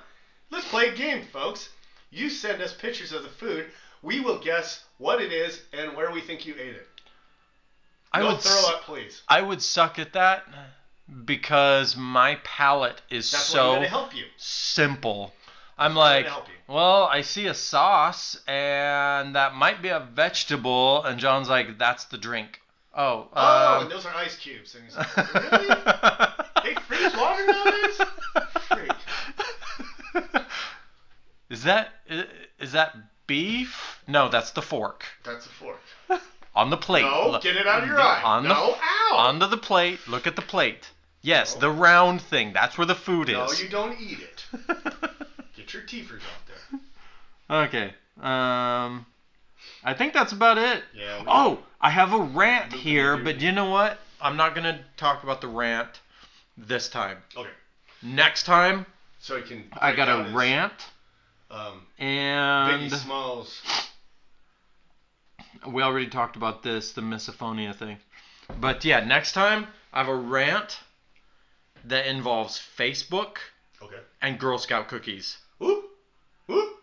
Speaker 2: Let's play a game, folks. You send us pictures of the food. We will guess what it is and where we think you ate it.
Speaker 1: I
Speaker 2: no
Speaker 1: would
Speaker 2: throw
Speaker 1: s-
Speaker 2: up, please.
Speaker 1: I would suck at that because my palate is
Speaker 2: That's what I'm
Speaker 1: so
Speaker 2: going to help you.
Speaker 1: simple. I'm
Speaker 2: I'm
Speaker 1: like,
Speaker 2: gonna help you.
Speaker 1: well, I see a sauce and that might be a vegetable, and John's like, that's the drink. Oh,
Speaker 2: Oh,
Speaker 1: um,
Speaker 2: and those are ice cubes. And he's like, really? They freeze water nowadays?
Speaker 1: Is that i- is that beef? No, that's the fork
Speaker 2: That's a fork.
Speaker 1: on the plate.
Speaker 2: No,
Speaker 1: Look-
Speaker 2: get it out of your
Speaker 1: the-
Speaker 2: eye.
Speaker 1: On the
Speaker 2: no, ow.
Speaker 1: onto the plate. Look at the plate. Yes,
Speaker 2: No.
Speaker 1: the round thing. That's where the food
Speaker 2: no,
Speaker 1: is.
Speaker 2: you don't eat it. Get your teethers out there.
Speaker 1: okay. Um, I think that's about it.
Speaker 2: Yeah. we-
Speaker 1: Oh, I have a rant
Speaker 2: Moving
Speaker 1: here,
Speaker 2: to-
Speaker 1: but you know what? I'm not gonna talk about the rant this time.
Speaker 2: Okay.
Speaker 1: Next time,
Speaker 2: So you can.
Speaker 1: I
Speaker 2: break
Speaker 1: got
Speaker 2: down
Speaker 1: a
Speaker 2: his,
Speaker 1: rant
Speaker 2: Um,
Speaker 1: and.
Speaker 2: Biggie Smalls.
Speaker 1: we already talked about this, the misophonia thing. But yeah, next time I have a rant that involves Facebook
Speaker 2: Okay.
Speaker 1: and Girl Scout cookies.
Speaker 2: Whoop. Whoop.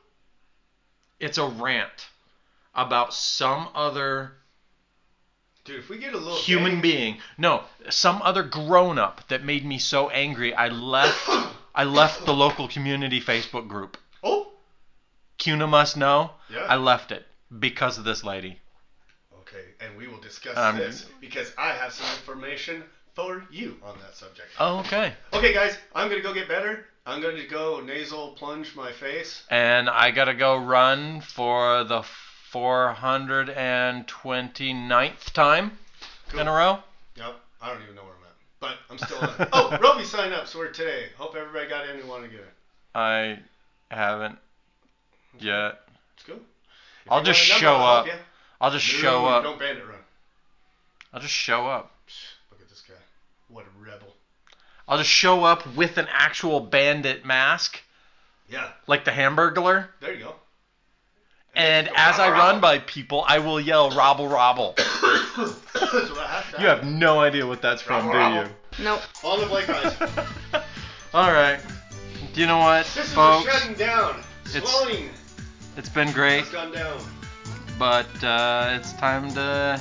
Speaker 1: It's a rant about some other
Speaker 2: Dude, if we get a little
Speaker 1: human
Speaker 2: gang-
Speaker 1: being. No, some other grown up that made me so angry I left I left the local community Facebook group.
Speaker 2: Oh.
Speaker 1: CUNA must know.
Speaker 2: Yeah.
Speaker 1: I left it because of this lady.
Speaker 2: okay, and we will discuss
Speaker 1: Um,
Speaker 2: this because I have some information for you on that subject.
Speaker 1: Oh, okay.
Speaker 2: Okay, guys, I'm gonna go get better. I'm gonna go nasal plunge my face.
Speaker 1: and I gotta go run for the 429th time in a row.
Speaker 2: Yep. I don't even know where I'm at, but I'm still on. oh, Roby signed up, so we're today. Hope everybody got in and want to get in.
Speaker 1: I haven't yet.
Speaker 2: Let's go. If
Speaker 1: I'll
Speaker 2: you
Speaker 1: just
Speaker 2: got a
Speaker 1: show
Speaker 2: number, I'll
Speaker 1: up.
Speaker 2: help
Speaker 1: I'll just
Speaker 2: ya.
Speaker 1: show
Speaker 2: No,
Speaker 1: up.
Speaker 2: Don't bandit run.
Speaker 1: I'll just show up.
Speaker 2: Psh, Look at this guy. What a rebel.
Speaker 1: I'll just show up with an actual bandit mask,
Speaker 2: Yeah.
Speaker 1: like the Hamburglar.
Speaker 2: There you go.
Speaker 1: And as I run by people, I will yell "robble robble."
Speaker 2: That's what I have to
Speaker 1: You have no idea what that's from, do you?
Speaker 5: Nope.
Speaker 2: All the Blake eyes.
Speaker 1: All right. Do you know what,
Speaker 2: This is
Speaker 1: folks?
Speaker 2: the shutting down.
Speaker 1: it's-
Speaker 2: Slowing
Speaker 1: It's been great.
Speaker 2: has gone down.
Speaker 1: but uh, it's time to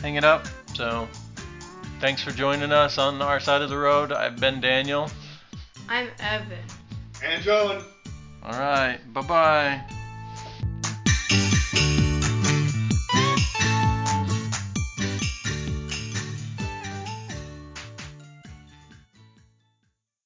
Speaker 1: hang it up. So, thanks for joining us on our side of the road. I've been Daniel.
Speaker 7: I'm Evan.
Speaker 2: And Joan.
Speaker 1: All right, bye bye.